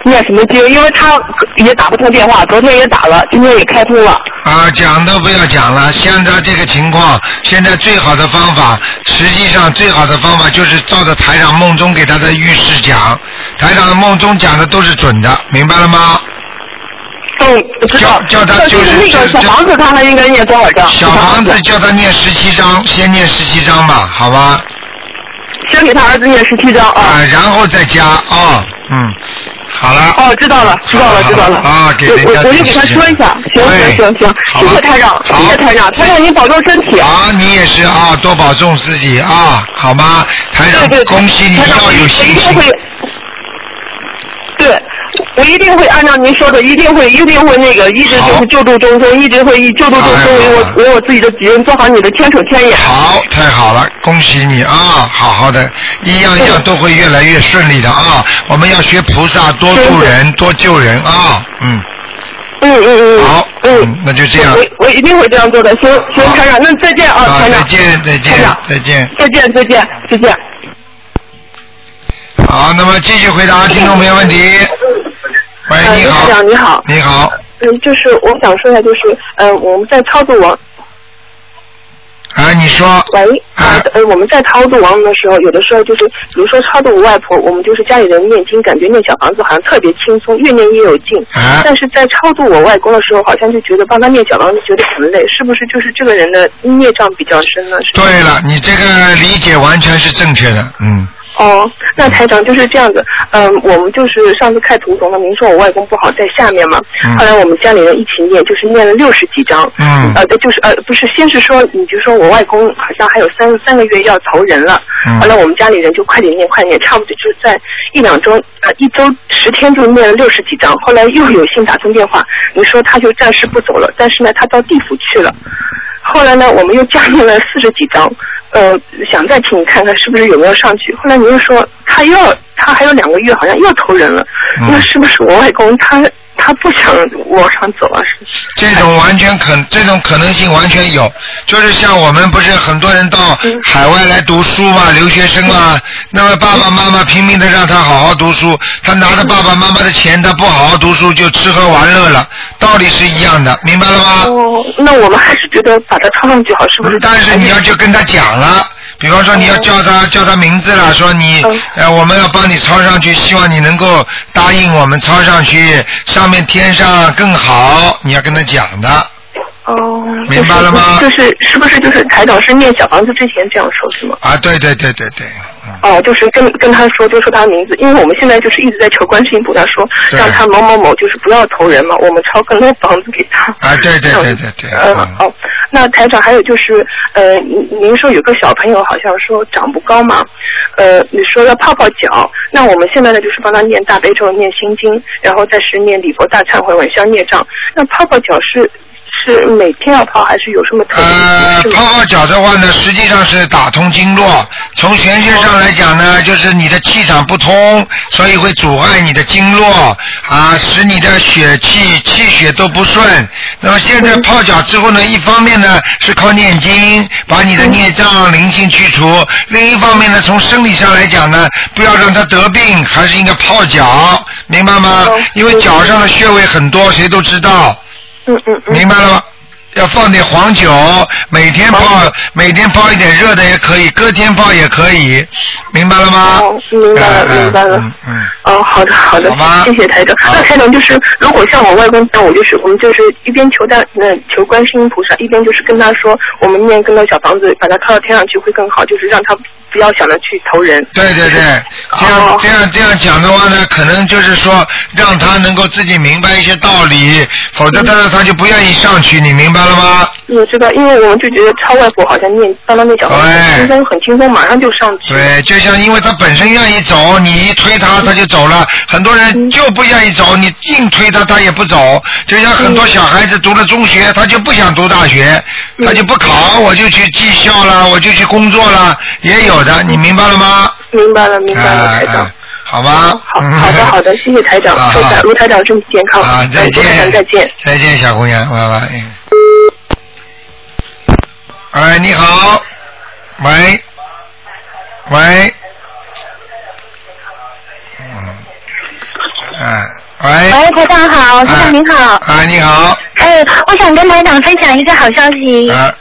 念什么经？因为他也打不通电话，昨天也打了，今天也开通了。
啊，讲都不要讲了，现在这个情况，现在最好的方法，实际上最好的方法就是照着台长梦中给他的预示讲，台长梦中讲的都是准的，明白了吗？
嗯，知道。
叫叫
呃
他
就
就是
那个
就
小房子，他还应该念多少张？
小房子叫他念十七章，先念十七章吧，好吧？
先给他儿子念十七张
啊、
啊。
然后再加啊、嗯，好了。
哦，知道了，知道了，知道了。
啊，给
我
人
我
家
我就
点
给他
时间
说一下。行
哎
行行行，
好
谢谢台长，谢谢台长，台长您保重身体。
啊，你也是啊，多保重自己啊，好吗？台长
对，对，
恭喜你
台长
要有
我一
信
定
心。
会。对，我一定会按照您说的，一定会，一定会那个，一直就
好
是救助众生，一直会以救助众
哎
生为
好
我为我自己的责任，做好你的千手千眼。
好，太好了，恭喜你啊！好好的，一样一样都会越来越顺利的啊！我们要学菩萨，多度人，多救人啊！嗯，
嗯嗯嗯。
好，
嗯
嗯，，那就这样
我我一定会这样做的。行行，
好
台长，那再见啊，
啊！
台
再
长。
见，再
台
见
长，
再见。
再见，再见，再见。
好，那么继续回答听众朋友问题。喂，哎你好
啊哎台，长你好，
你好，
嗯，就是我想说一下，就是呃，我们在操作王
啊，你说，
喂，
啊
啊，呃，我们在超度亡人的时候，有的时候就是，比如说超度我外婆，我们就是家里人念经，感觉念小房子好像特别轻松，越念越有劲。
啊，
但是在超度我外公的时候，好像就觉得帮他念小房子觉得很累，是不是就是这个人的孽障比较深呢？是
对了，你这个理解完全是正确的，嗯，
哦，那台长就是这样子，嗯、我们就是上次看图总了，您说我外公不好在下面嘛，
嗯
后来我们家里人一起念，就是念了六十几章，
嗯
呃，就是呃，不是，先是说你就说我外公好像还有三三个月要投人了，
嗯
后来我们家里人就快点念，快点念，差不多就是在一两周，呃，一周十天就念了六十几章，后来又有幸打通电话，你说他就暂时不走了，但是呢，他到地府去了。后来呢，我们又加念了四十几张，呃，想再请你看看是不是有没有上去。后来您又说他又要，他还有两个月，好像又要投人了，
嗯
那是不是我外公他他不想往上走啊？是
这种完全可，这种可能性完全有，就是像我们不是很多人到
嗯
海外来读书嘛，留学生啊，那么爸爸妈妈拼命的让他好好读书，他拿着爸爸妈妈的钱，他不好好读书就吃喝玩乐了，道理是一样的，明白了吗？
哦，那我们还是觉得把它抄上去好，是不是？哎哦
但是你要去跟他讲了，比方说你要叫他、叫他名字了，说你、
嗯
呃我们要帮你抄上去，希望你能够答应我们抄上去，上面添上更好，你要跟他讲的。
哦，
明白了吗
就是就是是不是就是台长是念小房子之前这样说是吗？
啊，对对对对对，
哦，就是跟跟他说，就说他名字，因为我们现在就是一直在求观世音菩萨说，
对
让他某某某就是不要投人嘛，我们 抄更多房子给他。
啊对对对对对
嗯、
嗯
哦，那台长还有就是，呃，您您说有个小朋友好像说长不高嘛，呃，你说要泡泡脚，那我们现在呢就是帮他念大悲咒、念心经，然后再是念礼佛大忏悔文消孽障。那泡泡脚是是每天要泡还是有什么特别
呃
的？，
泡泡脚的话呢，实际上是打通经络。从玄学上来讲
哦
呢，就是你的气场不通，所以会阻碍你的经络啊，使你的血气气血都不顺。那么现
嗯
在泡脚之后呢，一方面呢是靠念经，把你的
嗯
孽障灵性去除；另一方面呢，从生理上来讲呢，不要让他得病，还是应该泡脚，明白吗
哦？
因为脚上的穴位很多，谁都知道。
嗯嗯嗯。
明白了吗？要放点黄酒，每天泡，每天泡一点热的也可以，隔天泡也可以，明白了吗？
哦明白了
嗯嗯
明白了
嗯嗯
哦，好的好的
好吧，
谢谢台长。
好
那台长就是，如果像我外公这样，我就是我们就是一边求大那求观世音菩萨，一边就是跟他说，我们念更多小房子，把它靠到天上去会更好，就是让他不要想着去投人。
对对对，这样、
哦
这样这样讲的话呢，可能就是说让他能够自己明白一些道理，否则他
嗯
他就不愿意上去，你明白了吗？
我知道，因为我们就觉得超外婆好像念帮他念小房子
对
很轻松很轻松，马上就上去。
对，就像因为他本身愿意走，你一推
嗯
他他就走了。很多人就不愿意走，你硬推他他也不走。就像很
嗯
多小孩子读了中学，他就不想读大学，他就不考，我就去技校了，我就去工作了，也有的，你明白了吗？
明白了嗯明白了，台
啊
长
啊。，好吧。
好好的好的，谢谢台长
啊，
祝台
好
卢台长身体健康，
啊，再
嗯卢台
见，
长再见。，
再见，小姑娘，拜拜。嗯哎，你好，喂，喂，嗯，哎，喂，
喂，台长好，先生您好。
啊，你好，
哎，我想跟台长分享一个好消息。
啊，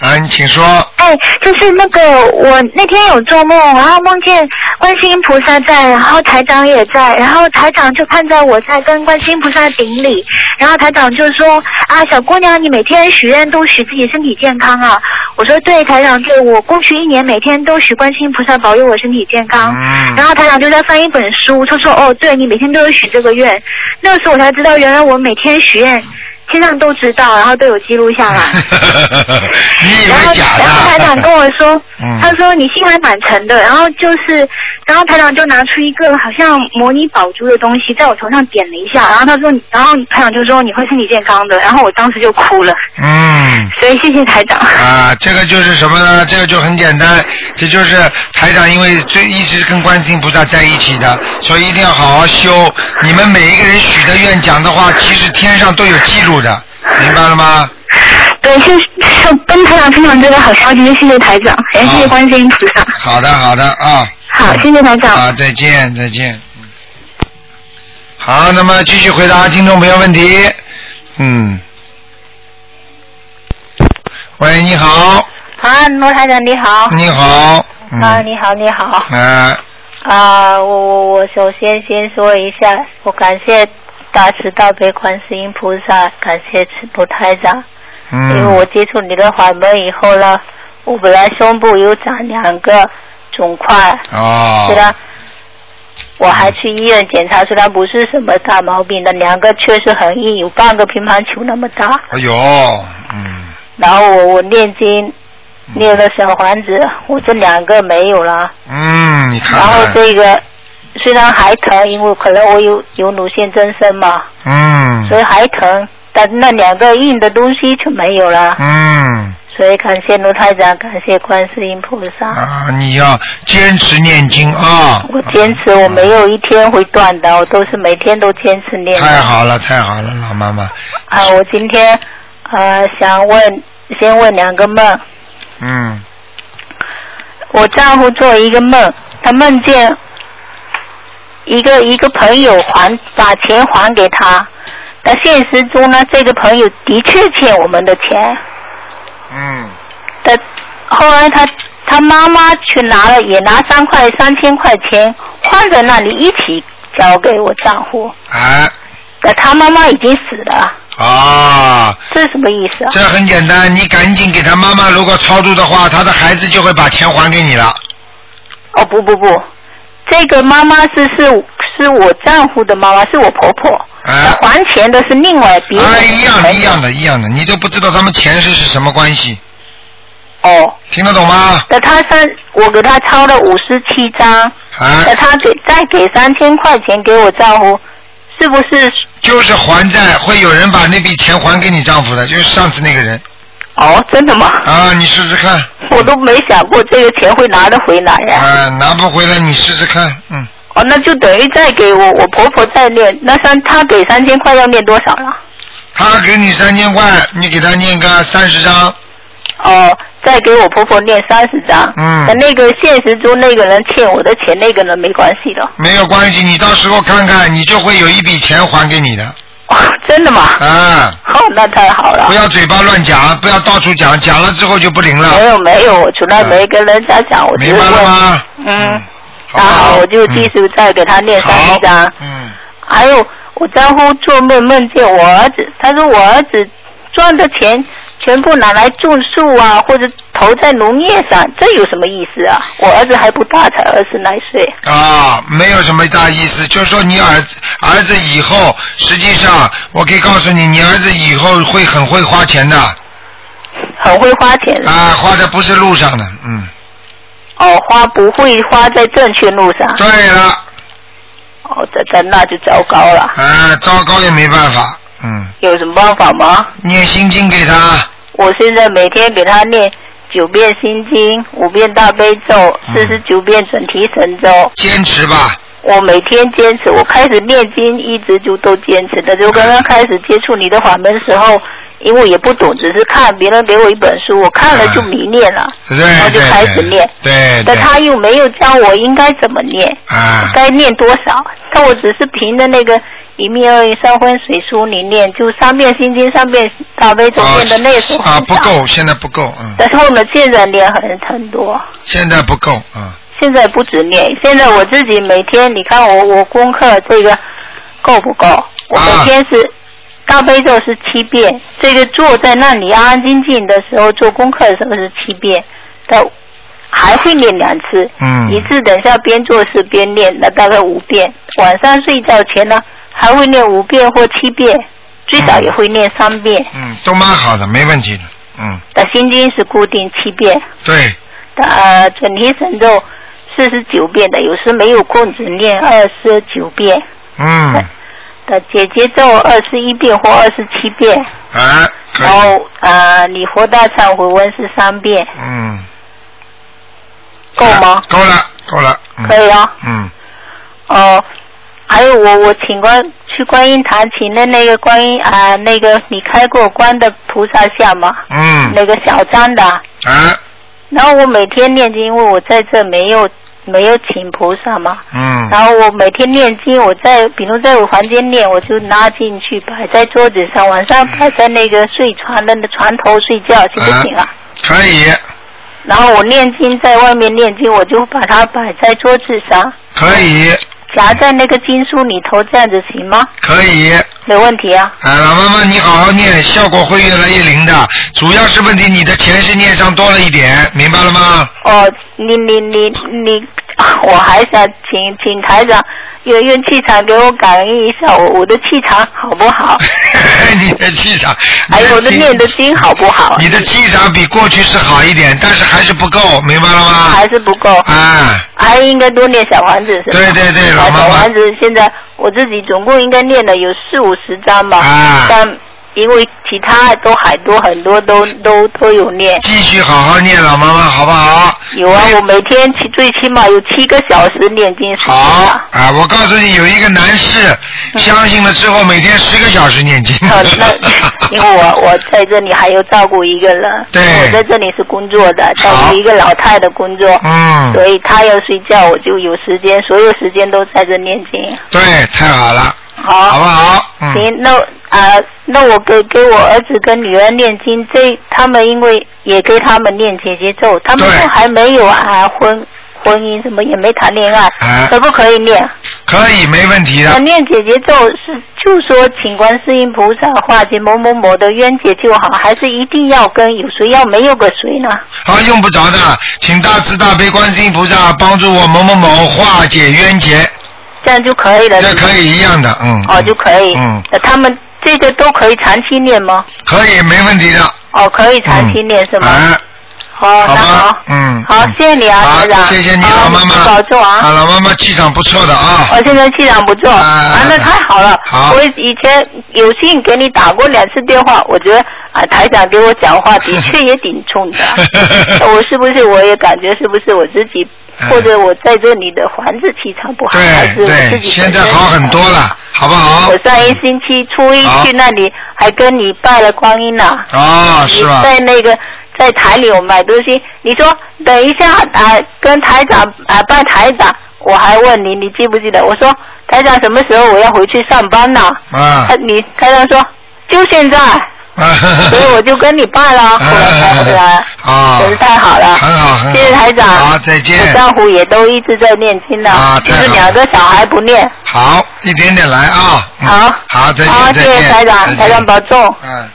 啊，你请说，
哎，
哎，就是那个我那天有做梦，然后梦见观世音菩萨在，然后台长也在，然后台长就看到我在跟观世音菩萨顶礼，然后台长就说啊，小姑娘，你每天许愿都许自己身体健康啊。我说对，台长对，我过去一年每天都许观世音菩萨保佑我身体健康。
嗯
然后台长就在翻一本书，他说哦，对你每天都有许这个愿。那个时候我才知道，原来我每天许
嗯
愿，天上都知道，然后都有记录下来。
你 以
然后
为假的？
然后台长跟我说，
嗯
他说你心还蛮诚的，然后就是，然后台长就拿出一个好像模拟宝珠的东西，在我头上点了一下，然后他说你，然后台长就说你会身体健康的，然后我当时就哭了，
嗯。
所以谢谢台 长。
啊，这个就是什么呢？这个就很简单，这就是台长，因为最一直跟观世音菩萨在一起的，所以一定要好好修。你们每一个人许的愿讲的话，其实天上都有记录的，明白了吗？
对，谢谢跟台长分享这个好消息，谢谢台长，也
哦
谢谢观世音菩萨。
好的，好的啊。
好，谢谢台长。
啊，再见，再见。嗯好，那么继续回答听众朋友问题。嗯。喂，你好，
啊，罗台长你好。
你好。嗯、
啊，你好，你好。
啊，
啊，我我我首先先说一下，我感谢大慈大悲观世音菩萨，感谢慈母台长，因为
嗯。
哎我接触你的法门以后呢，我本来胸部有长两个肿块，
哦。
虽然我还去医院检查，虽然不是什么大毛病的，两个确实很硬，有半个乒乓球那么大。
哎呦，嗯，
然后我我念经念了小房子，我这两个没有了。
嗯，你看
然后
看，
这个虽然还疼，因为可能我有有乳腺增生嘛，
嗯，
所以还疼，但那两个硬的东西就没有了。
嗯，
所以感谢卢台长，感谢观世音菩萨。
啊，你要坚持念经啊！
我坚持，我没有一天会断的，我都是每天都坚持念的。
太好了，太好了，老妈妈，
啊，我今天呃想问，先问两个梦。
嗯，
我丈夫做一个梦，他梦见一个一个朋友还把钱还给他，但现实中呢，这个朋友的确欠我们的钱。
嗯，
但后来他他妈妈去拿了，也拿三块三千块钱放在那里一起交给我丈夫，
哎，
但他妈妈已经死了，
啊，
这是什么意思啊？
这很简单，你赶紧给他妈妈，如果超度的话，他的孩子就会把钱还给你了。
哦不不不，这个妈妈是是是我丈夫的妈妈，是我婆婆。
哎，
还钱的是另外别人的
哎，一样
朋
的，
友
一样的，一样的，你都不知道他们前世是什么关系，
哦，
听得懂吗？
那他三，我给他抄了五十七张，
啊
那，他给再给三千块钱给我丈夫，是不是？
就是还债，会有人把那笔钱还给你丈夫的，就是上次那个人
哦，真的吗？
啊，你试试看。
我都没想过这个钱会拿得回来呀、
啊，拿不回来你试试看，嗯，
哦，那就等于再给我我婆婆再念，那三他给三千块要念多少了？
他给你三千块，你给他念个三十张，
哦，再给我婆婆念三十张。
嗯
那那个现实中那个人欠我的钱，那个人没关系的。
没有关系，你到时候看看，你就会有一笔钱还给你的，
哦，真的吗？
啊，
哦，那太好了
不。要嘴巴乱讲，不要到处讲，讲了之后就不灵
没
了，
有没有，我从来没跟人家讲，哎我只
啊明
是
白了
问。
吗？
嗯，
好
那
不
好，我就继
嗯
续再给他念三十
好
章。，
嗯，
还有，我丈夫做梦梦见我儿子，他说我儿子赚的钱全部拿来种树啊，或者投在农业上，这有什么意思啊？我儿子还不大，才二十来岁。
啊，没有什么大意思，就说你儿子儿子以后，实际上我可以告诉你，你儿子以后会很会花钱的，
很会花钱，
啊，花在不是路上的，嗯，
哦，花不会花在正确路上，
对了。
哦，这这那就糟糕了，
啊，糟糕也没办法，嗯，
有什么办法吗？
念心经给他，
我现在每天给他念九遍心经，五遍大悲咒，
嗯
四十九遍准提神咒。
坚持吧，
我每天坚持，我开始念经一直就都坚持的。就刚刚开始接触你的法门的时候，因为我也不懂，只是看别人给我一本书，我看了就迷恋了，
对
然后
对
就开始
对
念。，
嗯对
但
对，
他又没有教我应该怎么念，
啊，
该念多少。但我只是凭着那个一命二运三荤水书你念，就三遍心经，三遍大悲咒念的那时候
啊
很
不
少，
够，现在不够，嗯，
但是后面现在念很很多。
现在不够，啊，
现在不止念，现在我自己每天，你看我我功课这个够不够？
啊
我每天是、大悲咒是七遍，这个坐在那里安安静静的时候做功课的时候是七遍，但还会念两次，
嗯
一次等下边做事边念，那大概五遍。晚上睡觉前呢，还会念五遍或七遍，最少也会念三遍。
嗯，都蛮好的，没问题的，嗯，
但心经是固定七遍，
对，
的呃准提神咒四十九遍的，有时没有空只念二十九遍
嗯，
的姐姐咒二十一遍或二十七遍，
啊，可
然
以，
后呃礼佛大忏悔文是三遍，
嗯，
够吗？
够了，够了，嗯
可以啊、
嗯，
哦、还有我我请观去观音堂请的那个观音啊、呃那个你开过光的菩萨像吗？
嗯，
那个小张的，
啊，
然后我每天念经，因为我在这没有没有请菩萨嘛，
嗯，
然后我每天念经，我在比如在我房间念，我就拿进去摆在桌子上，晚
嗯
上摆在那个睡床的那床头睡觉，行不行啊？
可以，
然后我念经在外面念经，我就把它摆在桌子上，
可以，
夹在那个经书里头，这样子行吗？
可以。
没问题啊。
啊，老妈妈，你好好念，效果会越来越灵的。主要是问题你的前世孽障多了一点，明白了 吗？
哦，你你你你，啊我还想请请台长用用气场给我感应一下我我的气场好不 好？
你的气场，
还哎有我的
你
念的经好不好？
你的气场比过去是好一点，但是还是不够，明白了吗？
还是不够。
啊，
还应该多念小房子是吧？
对对对
啊
老妈妈
小房子现在我自己总共应该念了有四五十张吧，
啊
但因为其他都还多很多都都都有念。
继续好好念，老妈妈，好不好？
有啊，我每天起最起码有七个小时念经时间
好
啊。
啊！我告诉你，有一个男士
嗯
相信了之后，每天十个小时念经。
啊 那 因为我我在这里还要照顾一个人，
对
我在这里是工作的，照
好
顾一个老太的工作，所
嗯，
以她要睡觉，我就有时间，所有时间都在这念经。
对，太好了，好不好？嗯，
行，那啊、那我给给我儿子跟女儿念经，这他们因为也给他们念姐姐咒，他们
对
都还没有啊婚婚姻什么也没谈恋爱，
啊
可不可以念？
可以，没问题
那
的。
念姐姐咒是就说请观世音菩萨化解某某某的冤结就好，还是一定要跟有谁要没有个谁呢？
啊，用不着的，请大慈大悲观世音菩萨帮助我某某某化解冤结，
这样就可以了。
这可以一样的，嗯。
哦，就可以。
嗯，
那他们这个都可以长期念吗？
可以，没问题的。
哦，可以长期念、是吗？
啊，
好，
好
那
吧
好，
嗯
好，谢谢你啊，
好
台长，，
谢谢你，
好
老妈妈。
你保重
啊，
啊。
老妈妈气场不错的啊。
我现在气场不错，
啊
啊，那太好了。
好。
我以前有幸给你打过两次电话，我觉得啊，台长给我讲话的确也挺冲的 我是不是我也感觉是不是我自己
嗯，
哦或者我在这里的房子气场不好，还
对
是我自
对，
己
现
本身
在好很多了，好不好
我？上一星期初一
好
去那里，还跟你拜了观音呢。
哦，是 吧？
在那个在台里我买东西，你说等一下啊、跟台长啊、拜台长，我还问你你记不记得？我说台长什么时候我要回去上班呢？
啊
他你台长说就 现在，
啊，
所以我就跟你拜了，后
哎
来才回来。
啊，
哎真是太好了，
很好很好
谢谢台长。
好再见
我丈夫也都一直在念经呢，
啊
就
太
是
好
两个小孩不念。
好，一点点来啊。嗯
好
好，再
好
见，再
啊谢谢
见。
台长
再见
台长保重
嗯。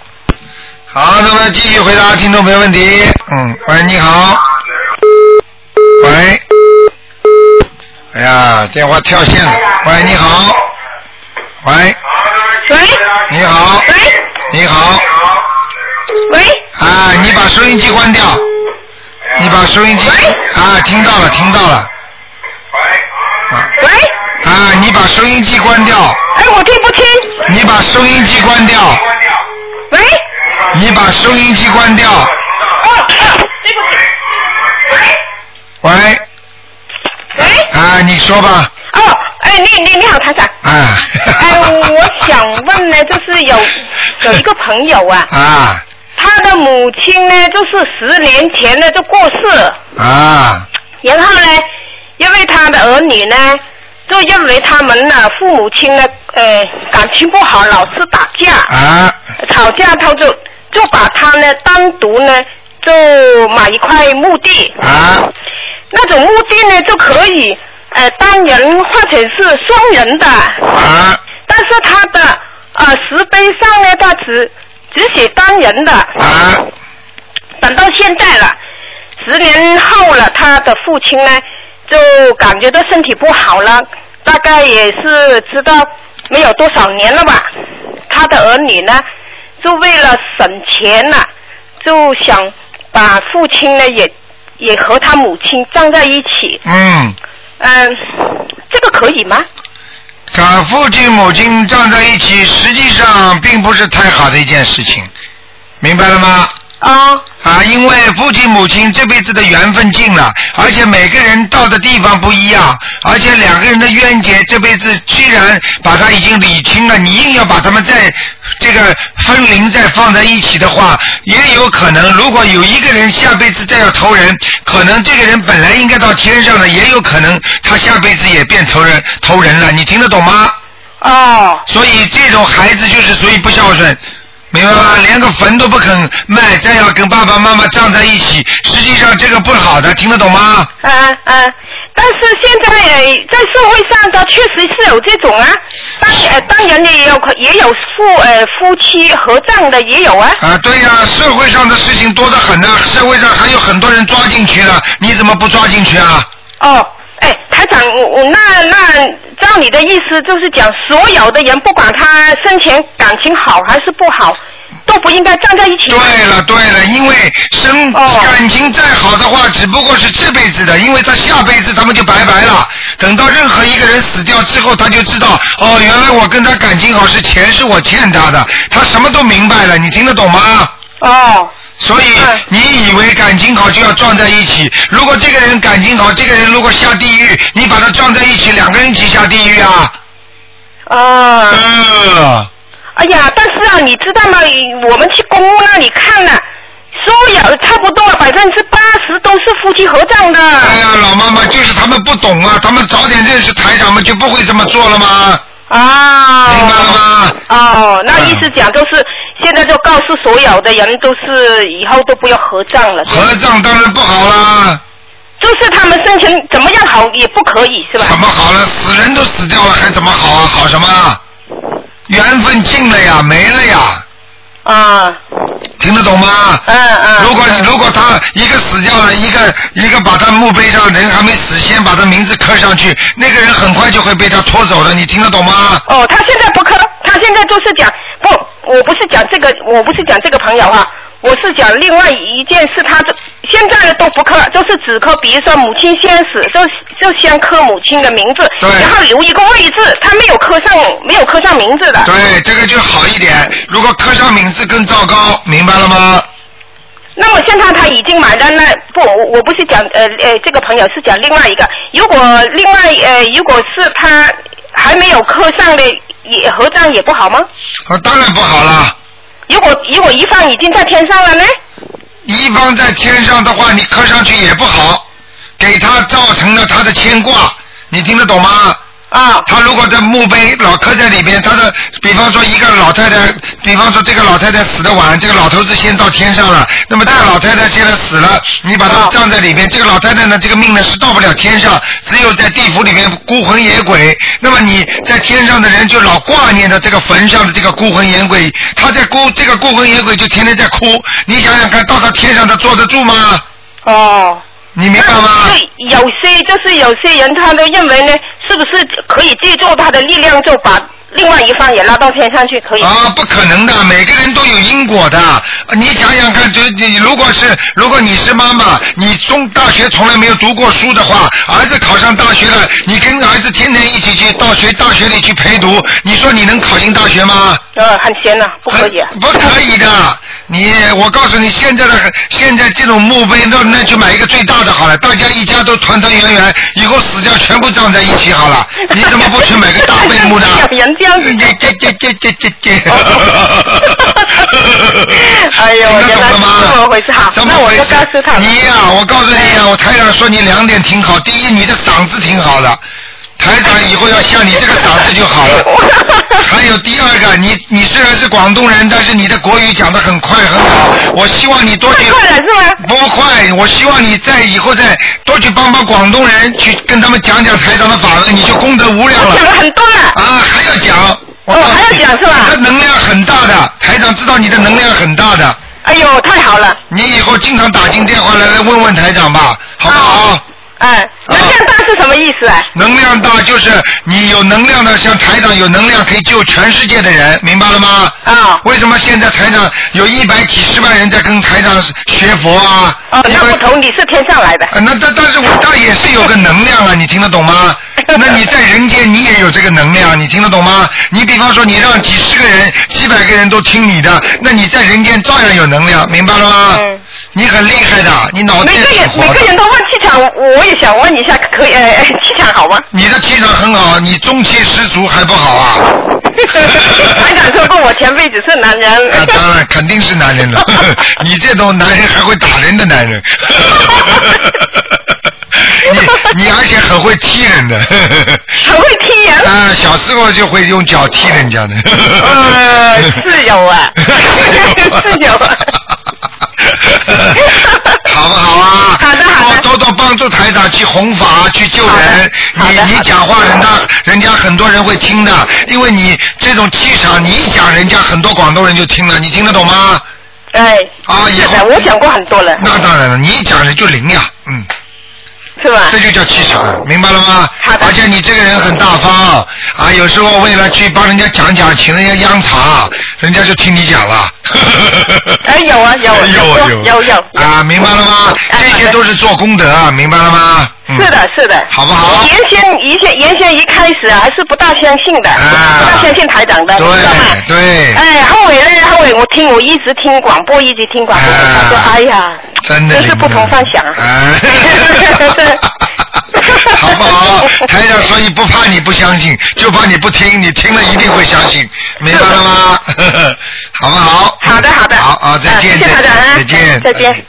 好，那么继续回答听众朋友问题。嗯，喂，你好。喂。哎呀，电话跳线了。喂，你好。喂，
喂
你好。你好。
喂，
啊，你把收音机关掉。你把收音机啊，听到了，听到了。喂。啊，你把收音机关掉。
哎，我听不清。
你把收音机关掉。
喂，
你把收音机关掉。
哦，哦对不起。
喂，
喂，喂，
啊，你说吧，
哦，哎，你你你好，台长。
啊。
哎，我想问呢，就是有有一个朋友啊，
啊
他的母亲呢，就是十年前呢就过世了，
啊
然后呢，因为他的儿女呢，
就因为他们呢，父母亲呢，呃，感情不好，老是打架，
啊，
吵架，他就就把他呢单独呢就买一块墓地，
啊，
那种墓地呢就可以呃单人或者是双人的，
啊，
但是他的呃石碑上呢，他只只写单人的，
啊，
等到现在了，十年后了，他的父亲呢，就感觉到身体不好了，大概也是知道没有多少年了吧。他的儿女呢，就为了省钱呢、就想把父亲呢也也和他母亲葬在一起。
嗯，
嗯，这个可以吗？
跟父亲母亲站在一起，实际上并不是太好的一件事情，明白了吗？
啊、
啊，因为父亲母亲这辈子的缘分尽了，而且每个人到的地方不一样，而且两个人的冤结这辈子居然把它已经理清了，你硬要把他们再这个分灵再放在一起的话，也有可能，如果有一个人下辈子再要投人，可能这个人本来应该到天上的，也有可能他下辈子也变投人投人了，你听得懂吗？
哦，
所以这种孩子就是属于不孝顺，明白吗？连个坟都不肯卖，再要跟爸爸妈妈葬在一起，实际上这个不好的，听得懂吗？
嗯嗯，但是现在呃在社会上，它确实是有这种啊，当呃当然也有可也有夫呃夫妻合葬的也有啊，
啊，对呀、社会上的事情多得很呢、社会上还有很多人抓进去了，你怎么不抓进去啊？
哦，哎，台长，我我那那照你的意思就是讲，所有的人不管他生前感情好还是不好，都不应该站在一起。
对了对了，因为生
哦
感情再好的话，只不过是这辈子的，因为他下辈子他们就拜拜了。等到任何一个人死掉之后，他就知道哦，原来我跟他感情好是钱是我欠他的，他什么都明白了，你听得懂吗？
哦，
所以
嗯
你以为感情好就要撞在一起，如果这个人感情好，这个人如果下地狱，你把他撞在一起，两个人一起下地狱啊！
哦，
呃，
哎呀，但是啊，你知道吗？我们去公墓那里看了、所有差不多百分之八十都是夫妻合葬的。
哎呀，老妈妈，就是他们不懂啊，他们早点认识台长们就不会这么做了吗？
啊，
明白了吗？嗯
哦，那意思讲就是现在就告诉所有的人，都是以后都不要合葬了，
合葬当然不好啦，
就是他们生前怎么样好也不可以是吧？
怎么好了？死人都死掉了，还怎么好啊？好什么啊？缘分尽了呀，没了呀，
啊，
听得懂吗？
嗯嗯。
如果
嗯
如果他一个死掉了，一个一个把他墓碑上人还没死，先把他名字刻上去，那个人很快就会被他拖走的，你听得懂吗？
哦，他现在不磕，他现在就是讲不，我不是讲这个，我不是讲这个朋友啊，我是讲另外一件事，他就现在都不磕，就是只磕，比如说母亲先死，就就先磕母亲的名字，
对
然后留一个位置，他没有磕上，没有磕上名字的。
对，这个就好一点。如果刻上名字更糟糕，明白了吗？
那么现在他已经买了那不，我我不是讲呃呃这个朋友是讲另外一个，如果另外呃如果是他还没有磕上的也合葬也不好吗？
啊，当然不好了。
如果如果一放已经在天上了呢？
一方在天上的话，你刻上去也不好，给他造成了他的牵挂，你听得懂吗？
啊
他如果在墓碑老刻在里边，他的比方说一个老太太，比方说这个老太太死的晚，这个老头子先到天上了，那么这个老太太现在死了，你把她
啊
葬在里边，这个老太太呢，这个命呢是到不了天上，只有在地府里面孤魂野鬼。那么你在天上的人就老挂念着这个坟上的这个孤魂野鬼，他在孤这个孤魂野鬼就天天在哭，你想想看到他天上他坐得住吗？
哦，
你明白吗？
就有些就是有些人他都认为呢，是不是可以借助他的力量就把另外一方也拉到天上去？可以？
啊，不可能的，每个人都有因果的。你想想看，就你如果是如果你是妈妈，你中大学从来没有读过书的话，儿子考上大学了，你跟儿子天天一起去到学大学里去陪读，你说你能考进大学吗？呃
呃，很闲呐、不可以、啊。
不可以的。你，我告诉你，现在的现在这种墓碑，那那去买一个最大的好了，大家一家都团团圆圆，以后死掉全部葬在一起好了。你怎么不去买个大碑
？
墓呢
有人这样子
这这这这这这这。
哎呦我
听
原
得
来
懂了吗？
是这么回事好
怎么
那我
回
就
事
告诉他了嗯
你呀、我告诉你呀、我台长说你两点挺好，第一你的嗓子挺好的。台长以后要像你这个嗓子就好 了。还有第二个，你你虽然是广东人，但是你的国语讲得很快很好。我希望你多去。
太快了是吗？
不快，我希望你在以后再多去帮帮广东人，去跟他们讲讲台长的法文，你就功德无量
讲了
了。
很多了。
啊，还要讲。我告诉你
哦还要讲是吧
你的能量很大的，台长知道你的能量很大的。
哎呦，太好了，
你以后经常打进电话来来问问台长吧，好不好？
哎，能量大是什么意思啊？
能量大就是你有能量的，像台长有能量可以救全世界的人，明白了吗？
啊
为什么现在台长有一百几十万人在跟台长学佛啊？
哦，
因
那
为
不同，你是天上来的。
呃那但但是我但也是有个能量啊，你听得懂 吗？那你在人间你也有这个能量，你听得懂吗？你比方说你让几十个人、几百个人都听你的，那你在人间照样有能量，明白了吗？
嗯
你很厉害的，你脑子
每
也
个
挺
人
活
每
的
个。人都问气场，我也想问一下，可以呃气场好吗？
你的气场很好，你中气十足还不好啊？
团长说 过我前辈子是男人。
啊，当然肯定是男人 了，你这种男人还会打人的男人， 你你而且很会踢人的，
很会踢人。
啊，小时候就会用脚踢人家的，
呃，是有啊，是有啊。
好不好啊？
好的好的
多多帮助台长去弘法，去救人。
好的好的
你你讲话，人家人家很多人会听的，因为你这种气场，你一讲，人家很多广东人就听了，你听得懂吗？
哎，
啊，以
是的，
后
我讲过很多了，
那当然了，你一讲人就灵呀，嗯。
是吧
这？就叫气场，明白了吗？
好的
而且你这个人很大方啊，有时候为了去帮人家讲讲，请人家央茶，人家就听你讲了。
哎，有啊有啊
有啊
有有有，
啊，明白了吗？
哎
这
好
些
的
都是做功德啊，明白了吗？嗯
是。的，是的，
好不好
原先以前原先一开始啊，还是不大相信的，
啊
不大相信台长的，你知道吗
对？对，
哎，后尾呢？后尾我听，我一直听广播，一直听广播。
啊
他说：“哎呀，
真的
真是不同凡响啊！”
哎 好不好？台长，所以不怕你不相信，就怕你不听，你听了一定会相信，明白了吗？ 好不好？
好的好的
好啊，再见，
啊谢谢台长啊
再见，哎
再见。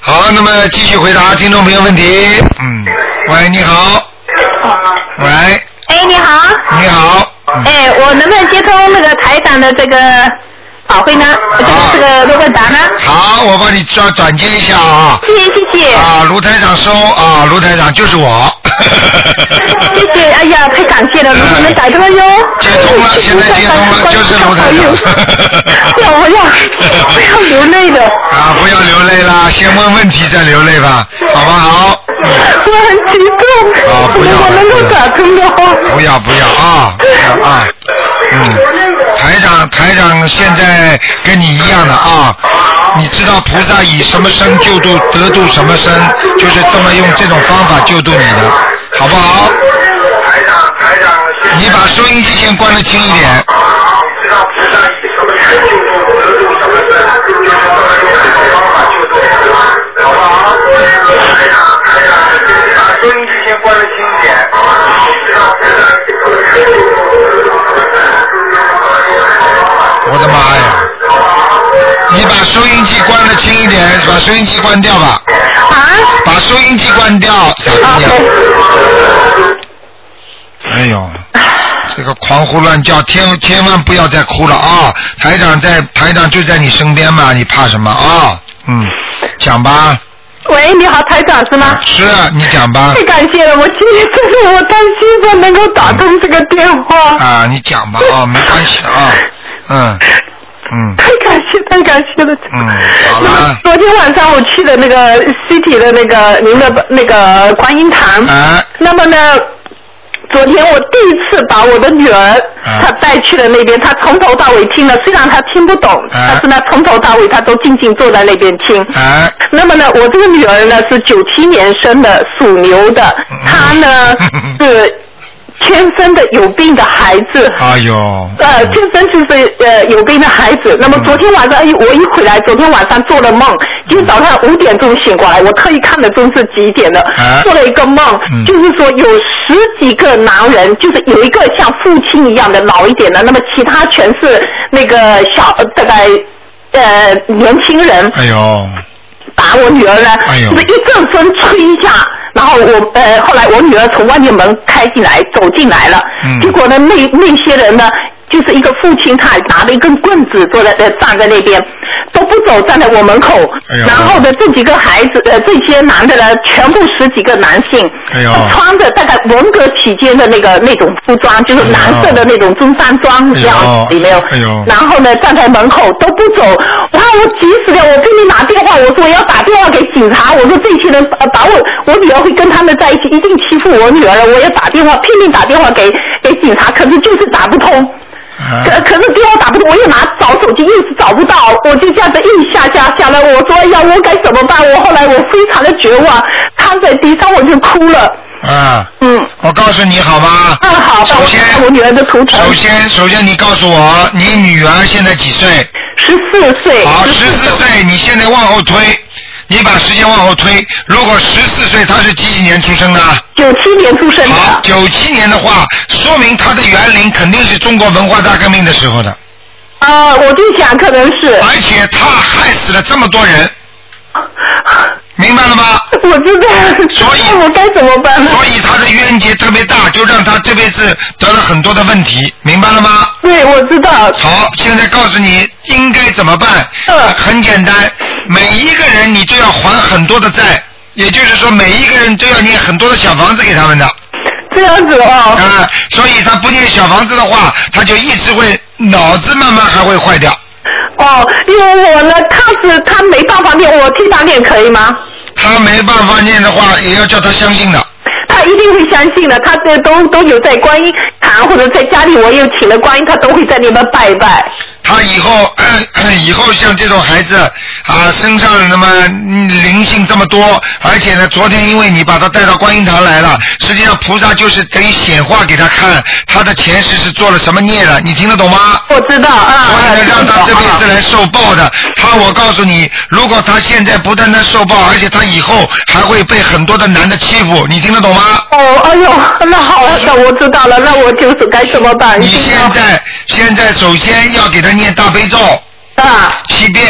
好，那么继续回答听众朋友问题。嗯，喂，你好。喂，
哎，你好。
你好。嗯
哎，我能不能接通那个台长的这个宝会呢？这个
好
这个这个问答呢？
好，我帮你转转接一下啊。
谢谢谢谢、
啊，卢台长收啊，卢台长就是我。
谢谢，哎呀，太感谢了，如
呃
果能打通了哟。
接通了现在接通了就是卢台长
不要不要不要流泪了，
啊，不要流泪啦，先问问题再流泪吧，好不好？
我很激动。
啊不要
如果能够打通的话。
不要不要啊，不要啊，嗯，台长台长现在跟你一样的啊，你知道菩萨以什么身救度得度什么身，就是这么用这种方法救度你的，好不好？你把收音机先关的轻一点。我的妈呀！你把收音机关的轻一点，把收音机关掉吧。
啊？
把收音机关掉，傻姑娘。啊
啊
哎呦，这个狂呼乱叫，千千万不要再哭了啊！台长在，台长就在你身边嘛，你怕什么啊？嗯，讲吧，
喂，你好，台长是吗？
是啊你讲吧
太，感谢了，我今天真是我太兴奋能够打通这个电话。
啊，你讲吧啊，没关系的啊，嗯嗯
太感谢，太感谢了。
嗯，好了，
昨天晚上我去的那个 City 的那个您的那个观音堂，
哎
那么呢，昨天我第一次把我的女儿
啊
她带去了那边，她从头到尾听了，虽然她听不懂，但是呢，从头到尾她都静静坐在那边听。
哎，
那么呢，我这个女儿呢是九七年生的，属牛的
嗯，
她呢是天生的有病的孩子。
哎呦，
呃，这真就是呃有病的孩子。那么
嗯
昨天晚上，哎，我一回来，昨天晚上做了梦，今天早上五点钟醒过来，我特意看了钟是几点了
啊，
做了一个梦
嗯，
就是说有十几个男人，就是有一个像父亲一样的老一点的，那么其他全是那个小呃大概呃年轻人，
哎呦，
打我女儿呢，
哎呦
就是一阵风吹一下，然后我呃后来我女儿从外面门开进来走进来了，
嗯
结果呢那那些人呢。就是一个父亲，他拿了一根棍子坐在呃站在那边，都不走，站在我门口。
哎呦
然后呢，这几个孩子呃这些男的呢，全部十几个男性，
哎呦
他穿着大概文革期间的那个那种服装，就是
哎
蓝色的那种中山装，
哎呦
这样子有没有？
哎呦
然后呢，站在门口都不走，哇，我急死了！我给你打电话，我说我要打电话给警察，我说这些人呃把我我女儿会跟他们在一起，一定欺负我女儿了，我要打电话，拼命打电话给给警察，可是就是打不通。
啊
可可是电话打不通，我又拿找手机，一直找不到，我就这样子一下下下来，我说哎呀，我该怎么办？我后来我非常的绝望，躺在地上我就哭了。
啊！
嗯，
我告诉你好吗？
嗯，好，
首
帮我
先
看我女儿的图腾，
首先，首先你告诉我，你女儿现在几岁？
十四岁，
好，十四岁，你现在往后推，你把时间往后推。如果十四岁，她是几几年出生的？
九七年出生
好
的，，
九七年的话，说明她的园龄肯定是中国文化大革命的时候的，
啊，我就想可能是，
而且她害死了这么多人，明白了吗？
我知道，
所以
那我该怎么办呢？
所以她的冤结特别大，就让她这辈子得了很多的问题，明白了吗？
对，我知道，
好，现在告诉你应该怎么办。
嗯
很简单，每一个人你都要还很多的债，也就是说每一个人都要念很多的小房子给他们的。
这样子
啊、
哦，
所以他不念小房子的话，他就一直会脑子慢慢还会坏掉。
哦，因为我呢，他是他没办法念，我替他念可以吗？
他没办法念的话，也要叫他相信的。
他一定会相信的，他这都都有在观音堂或者在家里，我有请了观音，他都会在那边拜一拜。
他以后、 以后像这种孩子啊，身上那么嗯灵性这么多，而且呢，昨天因为你把他带到观音堂来了，实际上菩萨就是等于显化给他看他的前世是做了什么孽了，你听得懂吗？
我知道啊，
所以呢，
啊
让他这辈子
啊
来受报的。他，我告诉你，如果他现在不单单受报，而且他以后还会被很多的男的欺负，你听得懂吗？
哦，哎呦，那好，那我知道了，那我就是该怎么办？
你
啊一定
现
要
在现在首先要给他念大悲咒
啊，
七遍，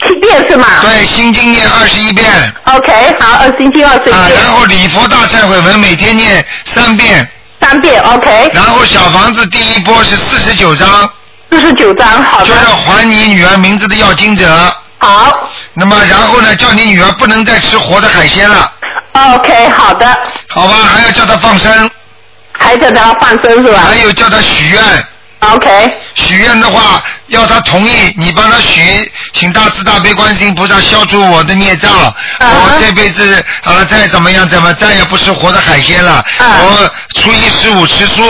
七遍是吗？
对，心经念二十一遍
OK，好，二星期二十一
啊，
遍，
然后礼佛大忏悔文每天念三遍，
三遍 OK，
然后小房子第一波是四十九章，
四十九章，好
就
的，
要还你女儿名字的要经者。
好
那么然后呢，叫你女儿不能再吃活的海鲜了，
，OK，好的，
好吧？还要叫她放生，
还在他放生是吧
还有叫她许愿。
？OK，
许愿的话，要她同意，你帮她许，请大慈大悲观世音菩萨消除我的孽障。
啊
我这辈子啊、再怎么样怎么再也不吃活的海鲜了。
啊
我初一十五吃素。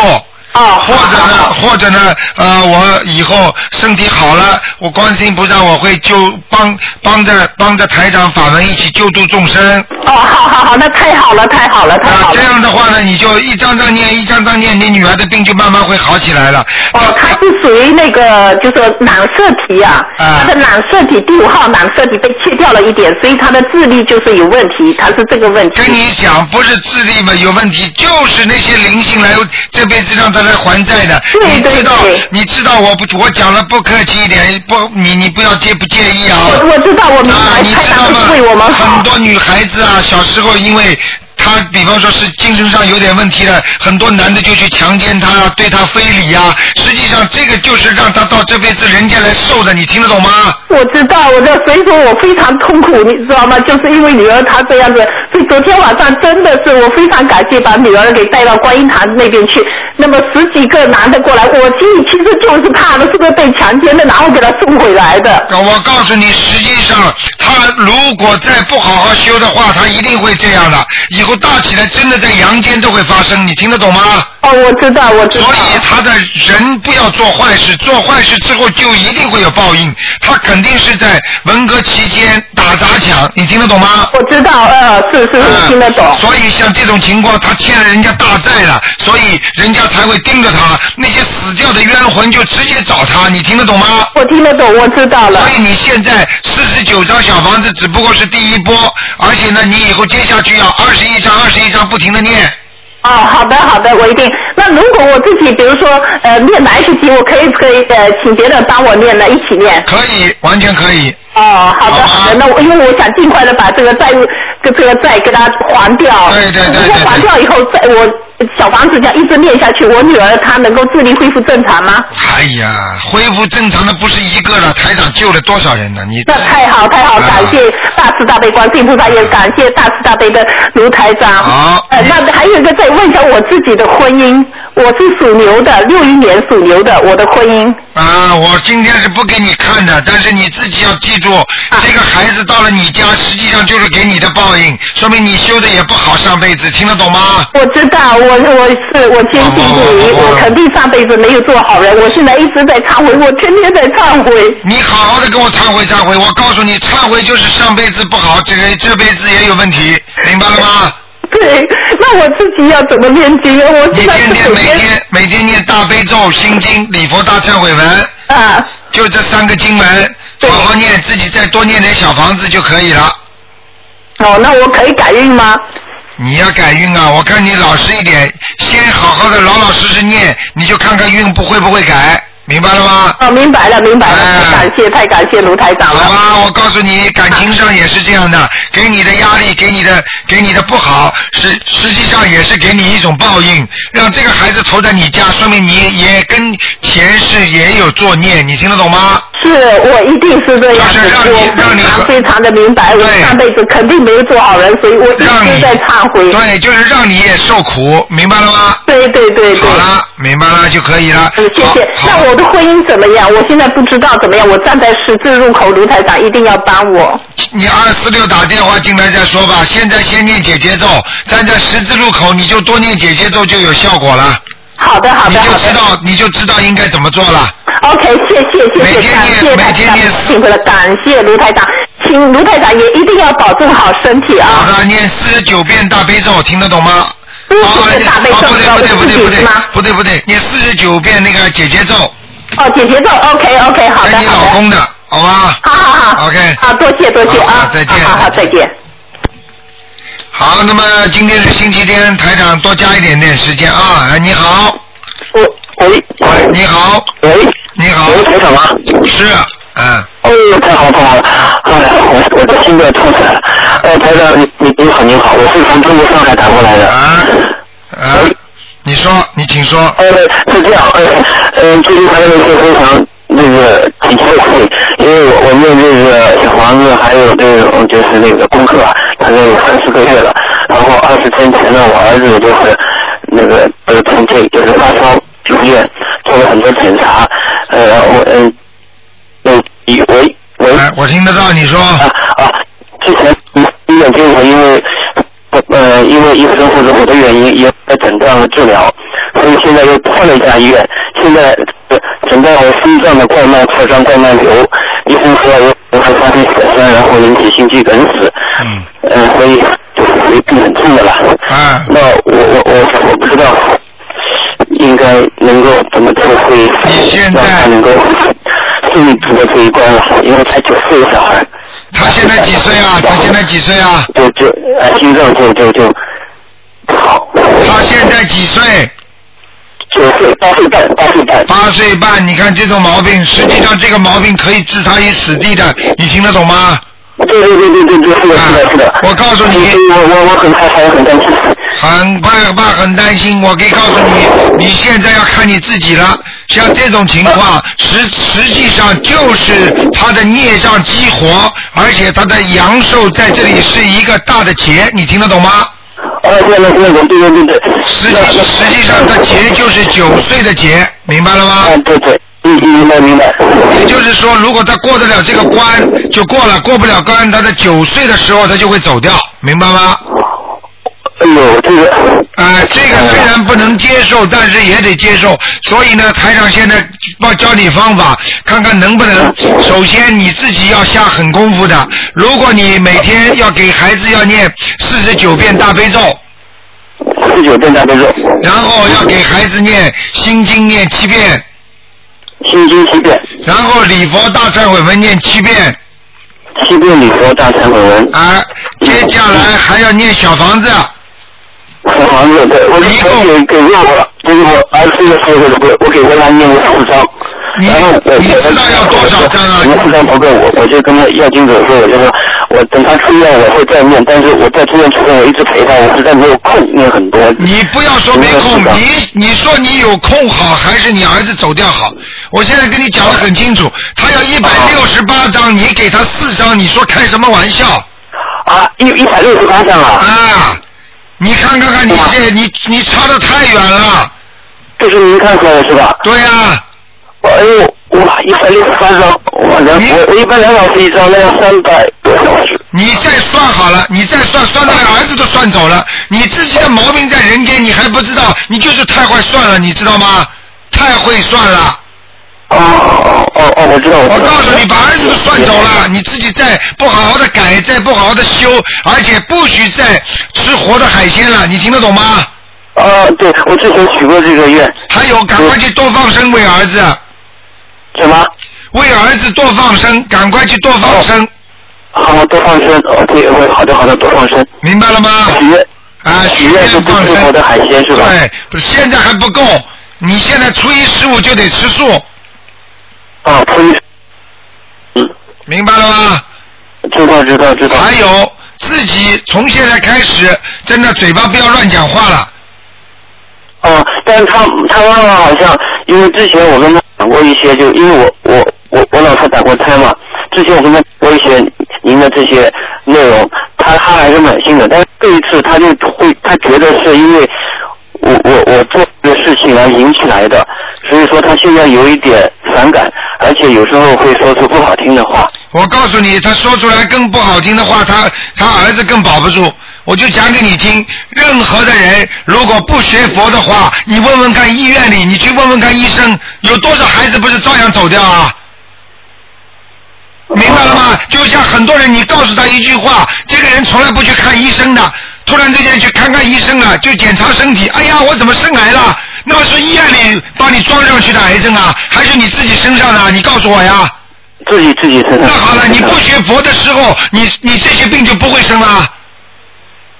哦，
或
好
者
好
呢，
好，
或者呢，呃，我以后身体好了，我观世音菩萨我会就帮帮着帮着台长法门一起救度众生。
哦，好好好，那太好了，太好了，太
啊
好，
这
了。
样的话呢，你就一张张念，一张张念，你女儿的病就慢慢会好起来了。
哦，他是属于那个就是染色体啊，
啊
他的染色体第五号染色体被切掉了一点，所以他的智力就是有问题，他是这个问
跟
题。
你讲，不是智力嘛有问题，就是那些灵性来这辈子让他来还债的。
对
你知道
对对，
你知道我不我讲了不客气一点，不你你不要介不介意啊？
我我知道，我明
啊，
白，
你
太
知
他
道
是为我
吗？
们好
很。多女孩子啊，小时候因为她，比方说是精神上有点问题了，很多男的就去强奸她啊，对她非礼啊。实际上，这个就是让她到这辈子人家来受的，你听得懂吗？
我知道，我的，所以说我非常痛苦，你知道吗？就是因为女儿她这样子，所以昨天晚上真的是我非常感谢把女儿给带到观音堂那边去。那么十几个男的过来，我心里其实就是怕的是不是被强奸的，然后给他送回来的。
我告诉你，实际上她如果再不好好修的话，她一定会这样的。以后大起来，真的在阳间都会发生，你听得懂吗？
哦，我知道，我知道
所。以他的人不要做坏事，做坏事之后就一定会有报应。他肯定是在文革期间打砸抢，你听得懂吗？
我知道，呃，是是，我听得懂。
嗯所以像这种情况，他欠了人家大债了，所以人家才会盯着他。那些死掉的冤魂就直接找他，你听得懂吗？
我听得懂，我知道了
所。以你现在四十九张小房子只不过是第一波，而且呢，你以后接下去要二十一张、二十一张不停的念。
哦，好的好的，我一定。那如果我自己，比如说，呃，念来不及，我可以可以呃，请别人帮我念呢，一起念。
可以，完全可以。
哦，好的
好吧啊
好的，那我因为我想尽快的把这个债务跟这个债给他还掉。
对对对对
如果还掉以后，再我小房子这样一直念下去，我女儿她能够智力恢复正常吗？
哎呀，恢复正常的不是一个了，台长救了多少人呢？你
那太好太好，
啊
感谢大慈大悲观世音菩萨，也感谢大慈大悲的卢台长。
好
呃，那还有一个再问一下我自己的婚姻，我是属牛的，六一年属牛的，我的婚姻。
啊，我今天是不给你看的，但是你自己要记
啊
住，这个孩子到了你家，实际上就是给你的报应，说明你修的也不好，上辈子听得懂吗？
我知道，我我是我坚信不疑，
哦哦哦哦
我肯定上辈子没有做好人，我现在一直在忏悔，我天天在忏悔。
你好好的跟我忏悔忏悔，我告诉你，忏悔就是上辈子不好，这个这辈子也有问题，明白了吗？
对，那我自己要怎么念经？我
你
现在
天
是
天
首
每
先
天每天念大悲咒、心经、礼佛大忏悔文，
啊，
就这三个经文，
对
好好念，自己再多念点小房子就可以了。
哦，那我可以改运吗？
你要改运啊！我看你老实一点，先好好的老老实实念，你就看看运不会不会改，明白了吗？
哦，明白了，明白了，
哎
太感谢，太感谢卢台长
好啊
了。
吧，我告诉你，感情上也是这样的，给你的压力，给你的给你的不好，实实际上也是给你一种报应，让这个孩子投在你家，说明你也跟前世也有作孽，你听得懂吗？
是我一定是这样子，
就是让你
我
让
非
你
常非常的明白，我
对
上辈子肯定没有做好人，所以我一
让
直
你
在忏悔。
对，就是让你也受苦，明白了吗？
对对对对
好。了，明白了就可以了。
嗯，谢谢。
好好
那我的婚姻怎么样？我现在不知道怎么样。我站在十字路口，卢台长一定要帮我。
你二四六打电话进来再说吧，现在先念姐姐咒，站在十字路口你就多念姐姐咒就有效果了，
好的，好
你
的，
就
好
知
的。
道你就知道应该怎么做了。
OK，谢谢，
每
谢谢，
天
感
念
谢
每
台
天
长
念，
辛苦了，感谢卢台长，请卢台长也一定要保重好身体
好
啊。
的，念四十九遍大悲咒，听得懂吗？
嗯
哦
这是大悲咒
哦不对不对
我
不
自己
对
是吗
不对不对不对，念四十九遍那个姐姐咒，
哦，姐姐咒，OK OK，好的，
跟你
好
老
的。
公的，好吧？
好好好
OK
好，多谢多谢
好
啊
好，再见
好好好
再
再
见
见。
好，那么今天是星期天，台长多加一点点时间啊。哎，你好，
喂喂
喂，你好，
喂，
你好，
喂，台长吗？
是，嗯，
哦，太好了太好了，哎，我我的心都要痛死了。呃，台长，你你你好你好，我是从中国上海打过来的。
啊啊，你说，你请说。
呃，是这样，呃，呃，最近台长是非常那个急切的事，因为我我念这个小房子还有这种就是那个功课，大概有三四个月了。然后二十天前呢，我儿子就是那个呃从这就是发烧住院，做了很多检查，呃，我嗯，呃，以为我
哎，我听得到你说，
啊 啊，之前医院经常因为呃因为医生或者我的原因也在诊断和治疗，所以现在又换了一家医院，现在呃诊断为心脏的冠脉挫伤、冠脉瘤，医生说有有发生血栓，然后引起心肌梗死，
嗯，
嗯、所以就是属于病很重的了。
啊
那我我我我不知道。应该能够怎么做会
你现在
让他能够顺利度过这一关了，因为才九岁的小孩。
他现在几岁啊？
哦
他现在几岁啊？
就就呃心脏就就就好，
他现在几岁？
就是八岁半，八岁半。
八岁半。你看这种毛病，实际上这个毛病可以置他于死地的，你听得懂吗？
对对对对对对，是的，是的，是的
啊。我告诉你
我我我很害怕，我很担心。
很爸爸很担心，我可以告诉你，你现在要看你自己了。像这种情况，实实际上就是他的孽障激活，而且他的阳寿在这里是一个大的劫，你听得懂吗？
啊，对对对对对对对。
实际实际上，他 劫就是九岁的劫，明白了吗？
啊，对对，嗯嗯，明白明白。
也就是说，如果他过得了这个关，就过了；过不了关，他在九岁的时候他就会走掉，明白吗？
哎呦，这个。
啊，这个虽然不能接受，但是也得接受。所以呢，台长现在帮教你方法，看看能不能。首先你自己要下狠功夫的。如果你每天要给孩子要念四十九遍大悲咒，
四九正大的肉，
然后要给孩子念心经念七遍，
心经七遍，
然后礼佛大忏悔文念七遍，
七遍礼佛大忏悔文，
啊，接下来还要念小房子。啊
小房子，对，我我给给给我，就是我儿子的时候，我我给过他念了四张。
你
然后我
你知道要多少张啊
我四张不够，我我就跟他要金主说，我就说我等他出院我会再念，但是我在住院期间我一直陪他，我实在没有空念很多。
你不要说没空，你你说你有空好，还是你儿子走掉好？我现在跟你讲的很清楚，他要一百六十八张，你给他四张，你说开什么玩笑？
啊，一一百六十八张啊！
啊，你看看看你这你你差的太远了。
这是您看出来的是吧？
对啊呀、
哎呦，哇，一百六十三张，我两我我一般两老师一张，那要三百多小时。
你再算好了，你再算算到儿子都算走了，你自己的毛病在人间，你还不知道，你就是太会算了，你知道吗？太会算了。
哦哦，我知道，我
我告诉你，把儿子都算走了，你自己再不好好的改，再不好好的修，而且不许再吃活的海鲜了，你听得懂吗？
啊，对，我之前许过这个愿。
还有，赶快去多放生为儿子。
什么？
为儿子多放生，赶快去多放生。
好，多放生，OK，我好的好的，多放生。
明白了吗？
许愿
啊，
嗯许愿是不
放
吃
生。
活的海鲜是吧？
对，不是现在还不够，你现在初一十五就得吃素。
啊，初一。嗯。
明白了吗？
知道知道知道。
还有自己从现在开始，真的嘴巴不要乱讲话了。
哦，但是他他妈妈好像，因为之前我跟他讲过一些，就因为我我我我老太打过胎嘛，之前我跟他讲过一些您的这些内容，他他还是满信的，但是这一次他就会他觉得是因为我我我做的事情而引起来的，所以说他现在有一点反感，而且有时候会说出不好听的话。
我告诉你，他说出来更不好听的话，他他儿子更保不住。我就讲给你听，任何的人如果不学佛的话，你问问看医院里，你去问问看医生，有多少孩子不是照样走掉啊？明白了吗？就像很多人，你告诉他一句话，这个人从来不去看医生的，突然之间去看看医生了，就检查身体，哎呀，我怎么生癌了？那么是医院里帮你装上去的癌症啊，还是你自己身上的？你告诉我呀。
自己自己 身上。那
好了，你不学佛的时候，你你这些病就不会生了。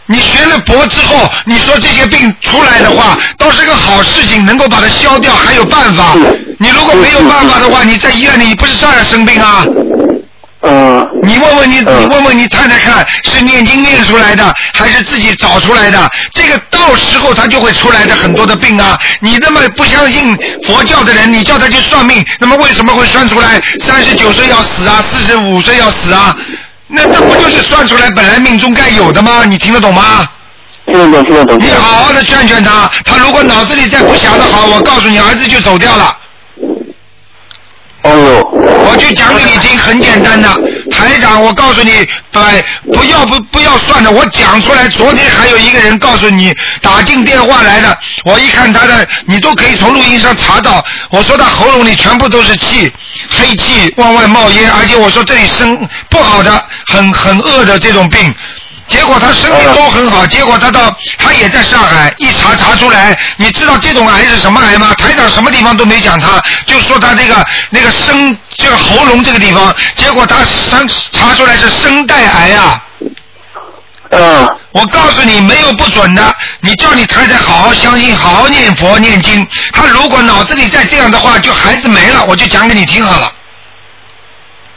你学了佛之后，你说这些病出来的话，倒是个好事情，能够把它消掉，还有办法。你如果没有办法的话，你在医院里你不是照样生病啊？
嗯。
你问问你，你问问你太太看，是念经念出来的，还是自己找出来的？这个到时候他就会出来的很多的病啊！你那么不相信佛教的人，你叫他去算命，那么为什么会算出来三十九岁要死啊，四十五岁要死啊？那这不就是算出来本来命中该有的吗？你听得懂吗？
听得懂，听得懂。
你好好的劝劝他，他如果脑子里再不想的好，我告诉你，儿子就走掉了。
哦
我就讲给你听，很简单的，台长，我告诉你，百不要不不要算了，我讲出来。昨天还有一个人告诉你打进电话来的，我一看他的，你都可以从录音上查到。我说他喉咙里全部都是气，黑气往外冒烟，而且我说这里生不好的，很很恶的这种病。结果他身体都很好，结果他到他也在上海，一查查出来，你知道这种癌是什么癌吗？台长什么地方都没讲他，就说他这个那个声这个喉咙这个地方，结果他声查出来是声带癌啊。
嗯。
我告诉你，没有不准的。你叫你太太好好相信，好好念佛念经。他如果脑子里再这样的话，就孩子没了。我就讲给你听好了。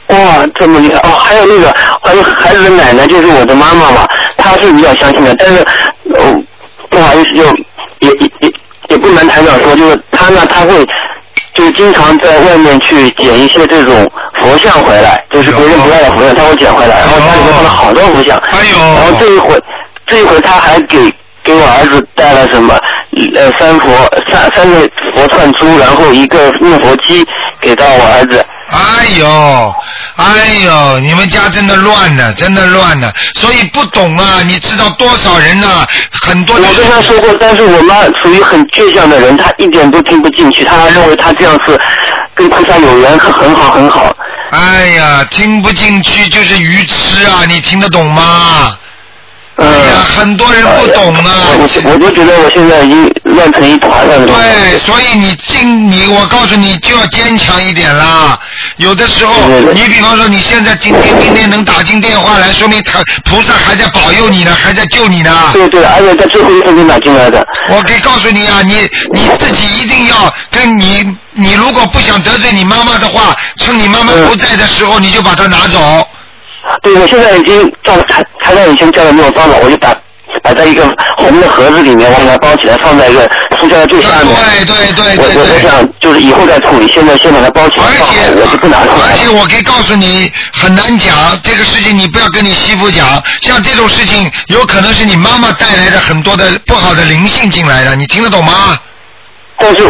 哇，这么厉害哦！还有那个，还有孩子的奶奶，就是我的妈妈嘛，她是比较相信的，但是，哦，不好意思，就也也也也不瞒台长说，就是她呢，她会就是经常在外面去捡一些这种佛像回来，就是别人不要的佛像，她会捡回来，然后家里面放了好多佛像，然后这一回，这一回她还给给我儿子带了什么呃三佛三三个佛串珠，然后一个念佛机给到我儿子。
哎呦，哎呦，你们家真的乱呢，真的乱呢，所以不懂啊，你知道多少人呢、很多
我跟他说过，但是我妈属于很倔强的人，她一点都听不进去，她认为她这样是跟菩萨有缘，很好很好。
哎呀，听不进去就是愚痴啊，你听得懂吗？
嗯、哎
哎呀，很多人不懂啊。
呃我我就觉得我现在已经乱成一团了。
对，所以你进你，我告诉你就要坚强一点啦。有的时候，你比方说你现在今天今天能打进电话来，说明他菩萨还在保佑你呢，还在救你呢。
对对，而且在最后一分钟打进来的。
我可以告诉你啊，你你自己一定要跟你，你如
嗯
果不想得罪你妈妈的话，趁你妈妈不在的时候，你就把它拿走。
对，我现在已经照台台长以前教的没有办法，我就把摆在一个红的盒子里面，我把它包起来放在一个塑胶的最下面。
对对对
啊我我我想就是以后再处理，现在先把它包起来放好，我就不拿出
而
来了。
且我可以告诉你，很难讲这个事情，你不要跟你媳妇讲。像这种事情，有可能是你妈妈带来的很多的不好的灵性进来的，你听得懂吗？
但是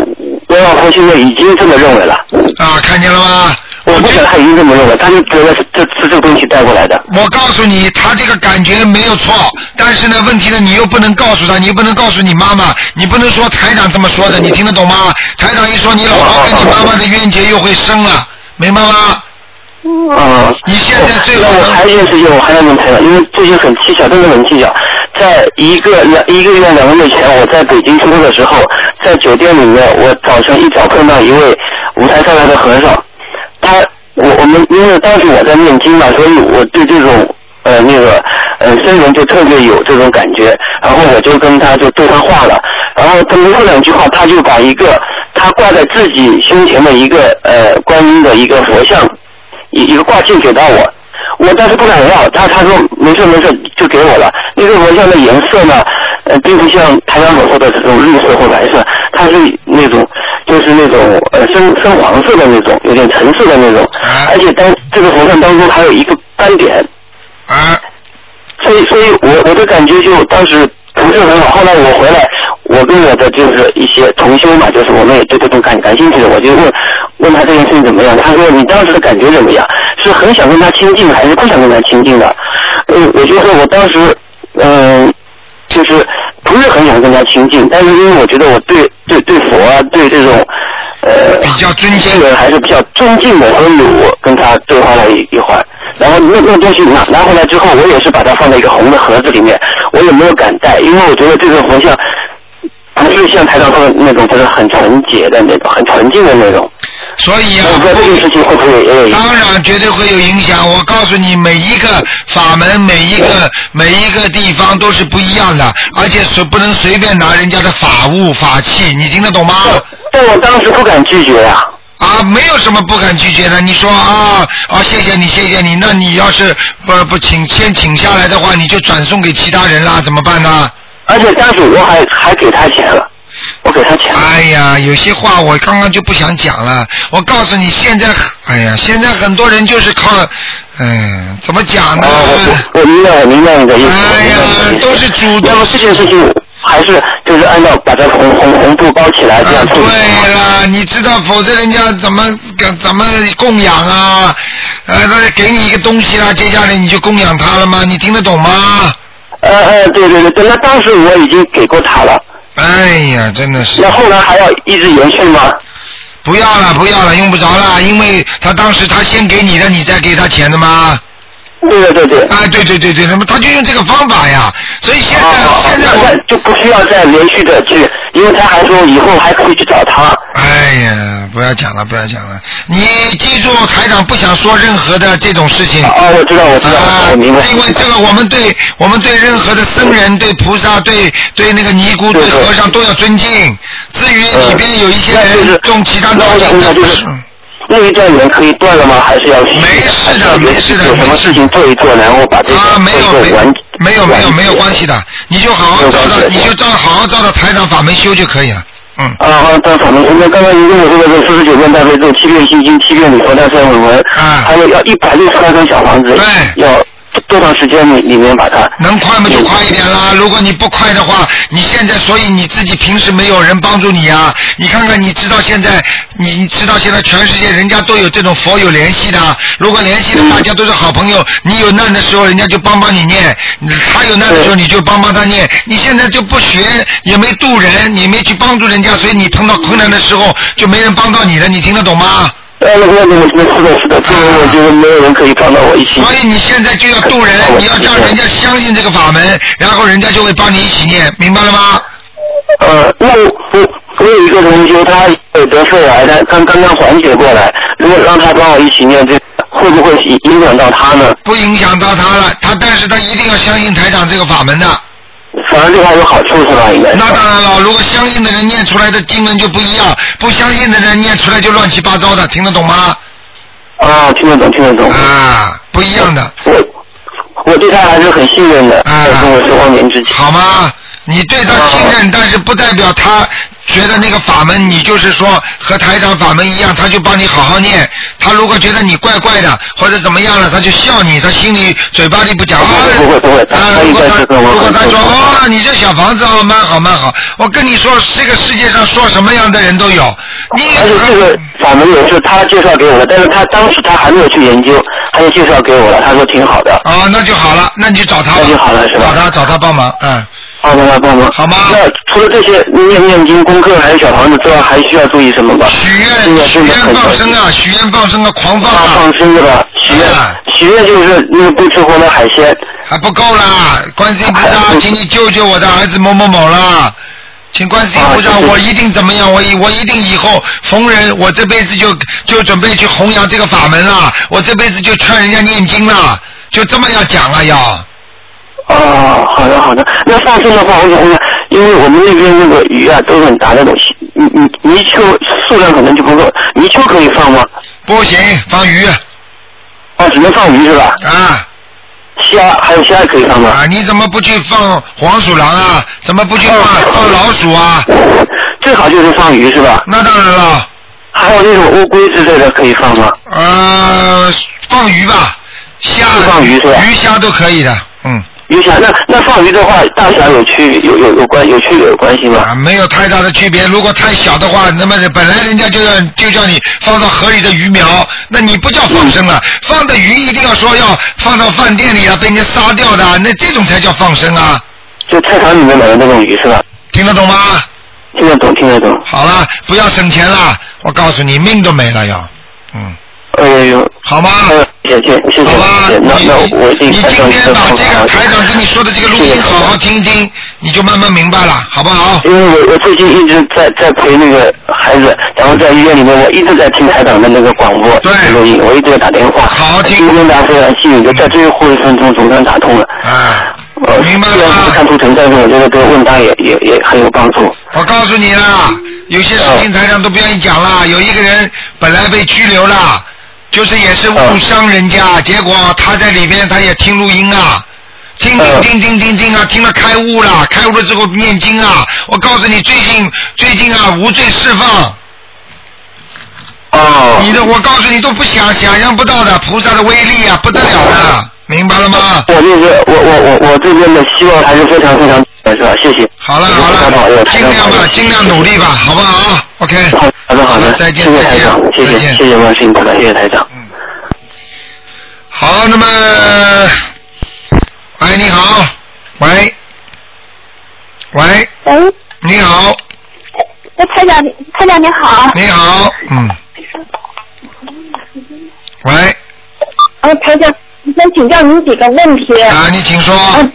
我老婆现在已经这么认为了。
啊，看见了吗？
我不晓得她已经这么认为，她就觉得是这是这个东西带过来的。
我告诉你，他这个感觉没有错，但是呢，问题呢，你又不能告诉他，你又不能告诉你妈妈，你不能说台长这么说的，你听得懂吗？台长一说，你老公跟你妈妈的冤结又会生了，明白吗？
嗯，
你现在最
那我还有一件事情，我还要问台长，因为最近很蹊跷，真的很蹊跷。在一个两一个月两个月前，我在北京出差的时候，在酒店里面，我早晨一早碰到一位五台山来的和尚，他我我们因为当时我在念经嘛，所以我对这种呃那个呃僧人就特别有这种感觉，然后我就跟他就对他话了，然后他没说两句话，他就把一个他挂在自己胸前的一个呃观音的一个佛像一一个挂件给到我，我当时不敢要，他他说没事没事就给我了。那个佛像的颜色呢，呃，并不像台湾所说的这种绿色或白色，它是那种就是那种呃深深黄色的那种，有点橙色的那种，而且当这个佛像当中还有一个斑点。
啊。
所以，所以我我的感觉就当时不是很好。后来我回来，我跟我的就是一些同修嘛，就是我们也对这种感感兴趣的，我就问问他这件事情怎么样。他说你当时的感觉怎么样？是很想跟他亲近，还是不想跟他亲近的？嗯，我就说我当时嗯、就是不是很想跟他亲近，但是因为我觉得我对对对佛啊，对这种呃比
较尊
敬人还是比较尊敬的，所以我跟他对话了一一会儿。然后那那东西拿拿回来之后，我也是把它放在一个红的盒子里面，我也没有敢带，因为我觉得这个佛像不是像台上说的那种，就是很纯洁的那种，很纯净的那种。
所以啊，
我不知道这个事情会不会也有影响
当然绝对会有影响。我告诉你，每一个法门，每一个每一个地方都是不一样的，而且随不能随便拿人家的法物法器，你听得懂吗？
但我当时不敢拒绝呀、
啊。没有什么不敢拒绝的。你说啊啊，谢谢你，谢谢你。那你要是不不请先请下来的话，你就转送给其他人啦，怎么办呢？
而且家属我还还给他钱了，我给他钱。
哎呀，有些话我刚刚就不想讲了。我告诉你，现在很哎呀，现在很多人就是靠，嗯，怎么讲呢？
啊
啊
我明白，我明白你的意思。哎呀，都是
主
动。那么这件事情还是就是按照把它红红红布包起来这样处理。
啊对了，你知道，否则人家怎么怎么供养啊？呃，那给你一个东西啦，接下来你就供养他了吗？你听得懂吗？
呃呃，对对对对，那当时我已经给过他了。
哎呀，真的是。
那后来还要一直延续吗？
不要了，不要了，用不着了，因为他当时他先给你的，你再给他钱的嘛。
对对对对。
啊，对对对对，那么他就用这个方法呀，所以
啊
现在、
哦
现在我
就不需要再连续的去，因为他还说以后还可以去找他。
哎呀，不要讲了，不要讲了。你记住，台长不想说任何的这种事情。啊
哦，我知道，我知道，我明白。
嗯因为这个，我们对我们对任何的僧人、对菩萨、对对那个尼姑、对和尚都要尊敬。至于
嗯
里边有一些人用其他道理，嗯这不是。
那一段你们可以断了吗？还是要没事的，没事的，有什么事情做一做，然后把这个啊，没有没有
没有没有没有关系的，你就好好照着，你就照好好照着台长法门修就可以了。嗯
啊，好，到场了。那刚刚您跟我说的这四十九遍大悲咒，七遍心经，七遍礼佛大忏悔文，还有要一百六十八张小房子，要多长时间里里面把它？
能快嘛就快一点啦。如果你不快的话，你现在所以你自己平时没有人帮助你呀、你看看，你知道现在，你你知道现在全世界人家都有这种佛友联系的。啊如果联系的大家都是好朋友，你有难的时候人家就帮帮你念，他有难的时候你就帮帮他念。你现在就不学，也没渡人，你没去帮助人家，所以你碰到困难的时候就没人帮到你了。你听得懂吗？
呃，那那那那是的，是的，这个我觉得没有人可以帮到我一起。
所以你现在就要渡人，你要让人家相信这个法门，然后人家就会帮你一起念，明白了吗？
呃，那我我我有一个同学，他呃得肺癌，他刚刚刚缓解过来，如果让他帮我一起念这，会不会影影响到他呢？
不影响到他了，他但是他一定要相信台长这个法门的。
反而对他有好处是吧？应该。
那当然了，如果相信的人念出来的经文就不一样，不相信的人念出来就乱七八糟的，听得懂吗？
啊，听得懂，听得懂。
啊，不一样的。
我我对他还是很信任的，
啊
在跟我说谎言之前。
好吗？你对他信任，但是不代表他觉得那个法门，你就是说和台长法门一样，他就帮你好好念。他如果觉得你怪怪的或者怎么样了，他就笑你，他心里嘴巴里不讲啊。
不会不会，他
啊，
他
如
应
果
该
他
是跟我
如果
很
他
多
说哦，你这小房子哦，蛮好蛮好，我跟你说，这个世界上说什么样的人都有，你
而且这个法门也是他介绍给我的，但是他当时他还没有去研究，他就介绍给我了，他说挺好的，
哦，那就好了，那你就找他吧，
那就好了是吧
找他找他帮忙，嗯，
好的，那帮忙。
好吗？
那除了这些念念经、功课还有小房子之外，还需要注意什么吧？
许
这
愿
个
许
真的
愿
很
放
小
生
心
啊，许愿放生啊，狂放
大
啊
放，生是吧？许愿
啊，
许愿就是那个不吃活的海鲜，
还不够啦！观世音菩 萨，请你救救我的儿子某某某啦！请观世音菩萨，
啊谢谢
我一定怎么样？我一我一定以后逢人，我这辈子就就准备去弘扬这个法门啦！我这辈子就劝人家念经啦！就这么要讲啊要。
哦，好的好的。那放生的话，我想问，因为我们那边那个鱼啊都是很大的东西，泥泥泥鳅数量可能就不够，泥鳅可以放吗？
不行，放鱼
哦，只能放鱼是吧？
啊
虾还有虾可以放吗？
啊！你怎么不去放黄鼠狼啊？怎么不去放
哦
放老鼠啊？
最好就是放鱼是吧？
那当然了，
还有那种乌龟之类的可以放吗？
呃，放鱼吧，虾
放鱼是吧
鱼虾都可以的，嗯。
鱼虾那那放鱼的话，大小有区有有有关有区别有关系吗？
啊，没有太大的区别。如果太小的话，那么本来人家就要就叫你放到河里的鱼苗，那你不叫放生了。
嗯
放的鱼一定要说要放到饭店里啊，被人家杀掉的啊，那这种才叫放生啊。
就菜场里面买的那种鱼是吧？
听得懂吗？
听得懂听得懂。
好了，不要省钱了，我告诉你，命都没了要。嗯，
哎呦呦，
好吗？
嗯谢谢谢谢
好吧，
谢谢，
你
那那我一定
你
带
今
上
天把这个台长跟你说的这个录音好好
谢谢
听一听，你就慢慢明白了，好不好？
因为我我最近一直在在陪那个孩子，然后在医院里面，我一直在听台长的那个广播
对
录音，我一直在打电话。
好好听
今天大家非常幸运，就在最后一分钟总算打通了。
啊，
呃，
明白
虽然不
了
是。看图腾，但是我觉得这个问答也也也很有帮助。
我告诉你啦，有些事情台上都不愿意讲啦。有一个人本来被拘留了，就是也是误伤人家，结果他在里面他也听录音啊，听听
嗯
听听听听啊，听了开悟了，开悟了之后念经啊。我告诉你，最近最近啊，无罪释放，
哦，
你的我告诉你都不想想象不到的，菩萨的威力啊，不得了的，明白了吗？
我那个我我我我这边的希望还是非常非常大的是吧？谢谢。
好了
谢谢
好
台长我
了，哦
台
尽
长
量
好
吧
的，
尽量努力吧，好不好？OK，
好的好的，
再见
谢谢台长，
再见
谢谢
再见
谢谢观世音菩萨，谢谢台长。
好，那么，喂，你好，喂，喂，
喂，啊
你好，
哎，台长，台长您好。啊
你好，嗯，喂，
呃，台长，我想请教您几个问题。
啊，你请说，
嗯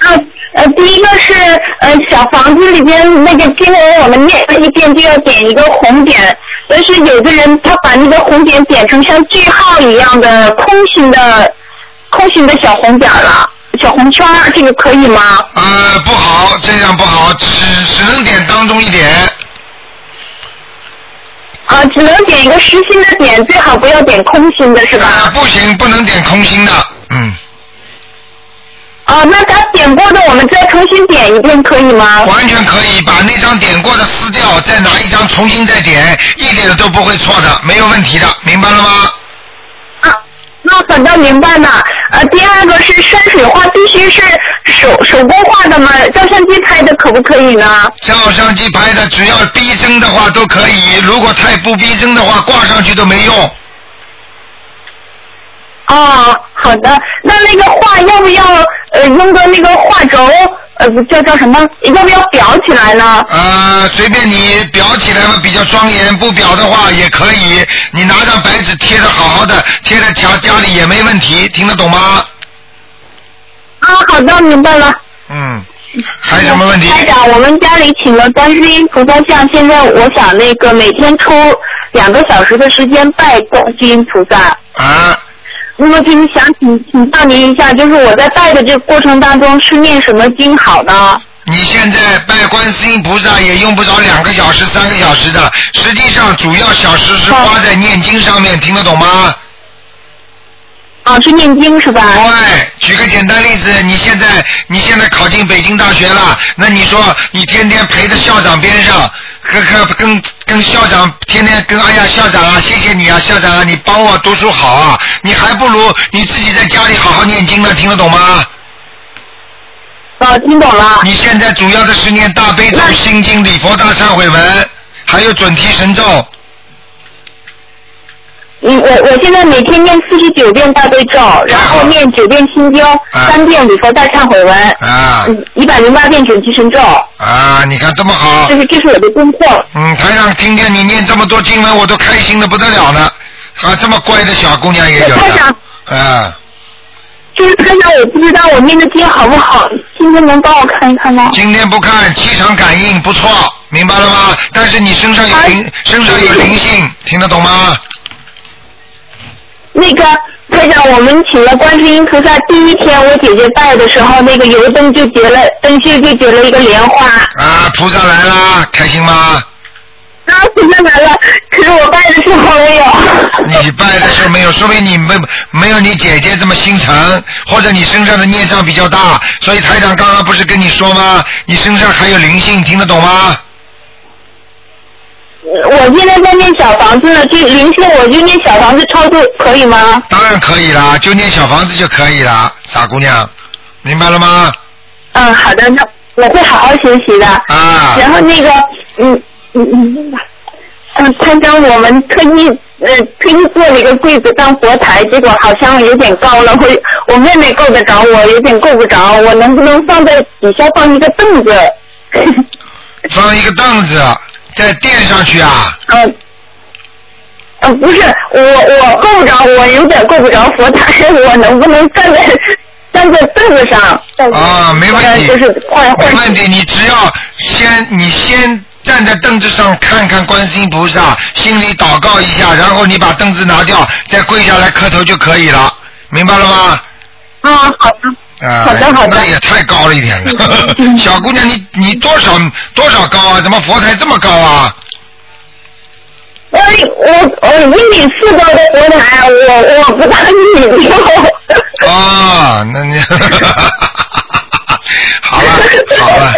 啊，呃，第一个是呃，小房子里边那个经文，我们念了一遍就要点一个红点，但是有的人他把那个红点点成像句号一样的空心的空心的小红点儿了，小红圈儿，这个可以吗？
呃，不好，这样不好，只只能点当中一点，
啊，只能点一个实心的点，最好不要点空心的是吧？
啊，不行，不能点空心的，嗯，
哦，那他点过的，我们再重新点一遍，可以吗？
完全可以把那张点过的撕掉，再拿一张重新再点，一点都不会错的，没有问题的，明白了吗？
啊，那我反倒明白了。呃，第二个是山水画，必须是手手工画的吗？照相机拍的可不可以呢？
照相机拍的，只要逼真的话都可以，如果太不逼真的话，挂上去都没用。
哦，好的。那那个画要不要呃用个那个画轴？呃，不叫叫什么？要不要裱起来呢？
呃，随便你裱起来嘛，比较庄严；不裱的话也可以，你拿张白纸贴的好好的，贴在墙家里也没问题，听得懂吗？
啊，好的，明白了。
嗯，还有什么问题？
台长，我们家里请了观世音菩萨像，现在我想那个每天抽两个小时的时间拜观世音菩萨。
啊，
那么就是想请请教您一下，就是我在拜的这个过程当中是念什么经好呢？
你现在拜观世音菩萨也用不着两个小时、三个小时的，实际上主要小时是花在念经上面，听得懂吗？
哦，
哦，是念经是吧？
哎
对，哎举个简单例子，你现在你现在考进北京大学了，那你说你天天陪着校长边上，跟跟跟跟校长天天跟哎呀校长啊，谢谢你啊，校长啊，你帮我读书好啊，你还不如你自己在家里好好念经呢，听得懂吗？
哦，听懂了。
你现在主要的是念大悲咒、心经、礼佛大忏悔文，还有准提神咒。
你
嗯
我嗯我现在每天念四十九遍大悲咒，然后念九遍心经，三遍礼佛大忏悔文，嗯
啊
一百零八遍准提神咒，
啊，你看这么好。
这是这是我的功课。
嗯，台长听见你念这么多经文，我都开心的不得了呢。啊，这么乖的小姑娘也有
台
的
长。
啊，
就是看看我不知道我念的经好不好，今天能帮我看一看吗？
今天不看气场感应不错，明白了吗？但是你身上有灵，身上有灵性，听得懂吗？
那个台长，我们请了观世音菩萨，第一天我姐姐拜的时候，那个油灯就结了，灯芯就结了一个莲花。
啊，菩萨来啦，开心吗？
啊，菩萨来了，可是我拜的时候没有。
你拜的时候没有，说明你没没有你姐姐这么心诚，或者你身上的孽障比较大，所以台长刚刚不是跟你说吗？你身上还有灵性，听得懂吗？
我现在在念小房子呢，就灵性我就念小房子超度可以吗？
当然可以啦，就念小房子就可以啦，傻姑娘，明白了吗？
嗯，好的，那我会好好学习的。
啊。
然后那个，嗯嗯嗯，嗯，参加我们特意呃特意做了一个柜子当佛台，结果好像有点高了，我我妹妹够得着，我有点够不着，我能不能放在底下放一个凳子？
放一个凳子，再垫上去啊。
嗯。呃，不是，我我够不着，我有点够不着佛台， 我能不能站在站在凳子上？呃
啊，没问题。
就是换
没问题，你只要先你先站在凳子上看看观世音菩萨，心里祷告一下，然后你把凳子拿掉，再跪下来磕头就可以了，明白了吗？
啊，好的。
啊，
好的好的嗯
那也太高了一点了， 小姑娘，你你多少多少高啊？怎么佛台这么高啊？
我我我一米四高的佛台，啊我我不大一米六。
啊，那你 好了好了，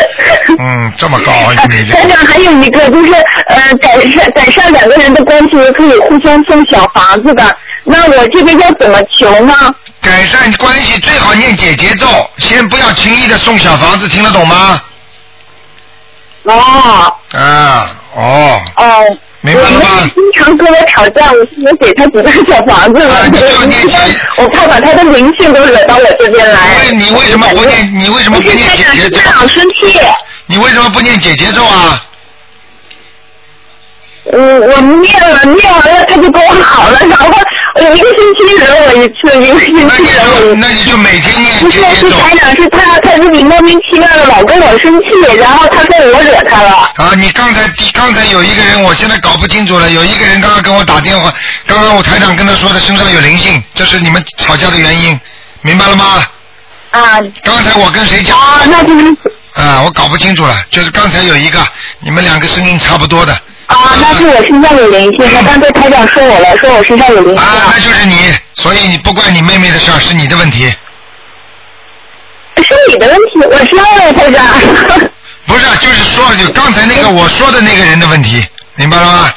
嗯，这么高一米 六
台长还有一个就是呃，改善改善两个人的关系，可以互相送小房子的。那我这个要怎么求呢？
改善关系最好念姐姐咒，先不要轻易的送小房子，听得懂吗？
哦
啊，哦，
哦。
明白了吗
我妹妹经常跟我吵架，我现在给她几套小房子了，我怕把她的灵性都惹到我这边来。
你为什么不念？你为什么不念姐姐咒？
好生气。
你为什么不念姐姐咒啊？
我我念了，念完了他就跟我好了，然后我一个星期惹我一次，一个星期惹我一次。
那你就每天念
不是，是台长，是他，他自己莫名其妙的老跟我生气，然后他说我惹他了。
啊，你刚才刚才有一个人，我现在搞不清楚了，有一个人刚刚跟我打电话，刚刚我台长跟他说的身上有灵性，这是你们吵架的原因，明白了吗？
啊。
刚才我跟谁讲？
啊，那就是
啊，我搞不清楚了，就是刚才有一个，你们两个声音差不多的，
啊，那是我身上有灵性。那刚才台长说我了，说我身上有灵性。
啊那就是你，所以你不怪你妹妹的事儿，是你的问题。
是你的问题，我知道了，台长。
不是，啊就是说，就刚才那
哎
个我说的那个人的问题，明白了吗？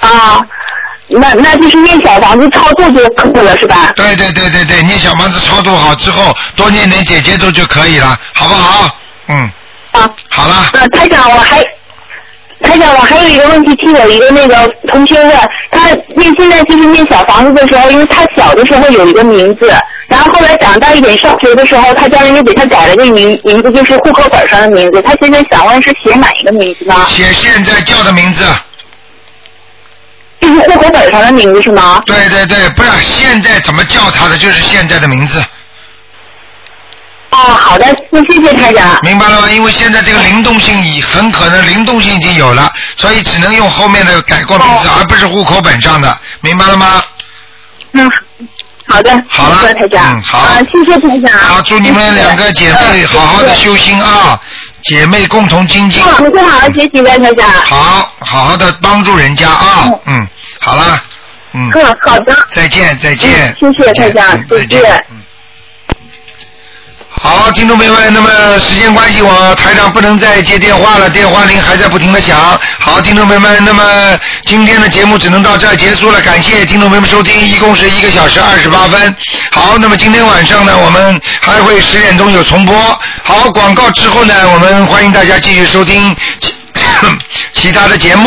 啊，那那就是念小房子超度就可以了，是吧？
对对对对对，念小房子操作好之后，多念点姐姐咒就可以了，好不好？嗯。
啊。
好了。
呃，台长，我还，台长，我还有一个问题，听有一个那个同学问，他念现在就是念小房子的时候，因为他小的时候有一个名字，然后后来长大一点上学的时候，他家人又给他改了个名名字，就是户口本上的名字。他现在想问是写哪一个名字呢？
写现在叫的名字。
就是户口本上的名字是吗？
对对对，不是现在怎么叫他的，就是现在的名字，
哦，好的，那谢谢台长。
明白了吗？因为现在这个灵动性已很可能灵动性已经有了，所以只能用后面的改过名字，而不是户口本上的，明白了吗？
嗯，好的，好了，台长，嗯，
好
啊，谢谢台长。嗯
好，祝你们两个姐妹好好的修心啊，姐妹共同精进，
我们会好好学习的，台长。
嗯好好好的帮助人家啊，嗯，好啦，嗯，
嗯，好的。
再见再见，
谢谢大家，
嗯再见。嗯好，听众朋友们，那么时间关系，我台长不能再接电话了，电话铃还在不停的响。好，听众朋友们，那么今天的节目只能到这儿结束了，感谢听众朋友们收听，一共是一个小时二十八分。好，那么今天晚上呢，我们还会十点钟有重播。 好，广告之后呢，我们欢迎大家继续收听其其他的节目。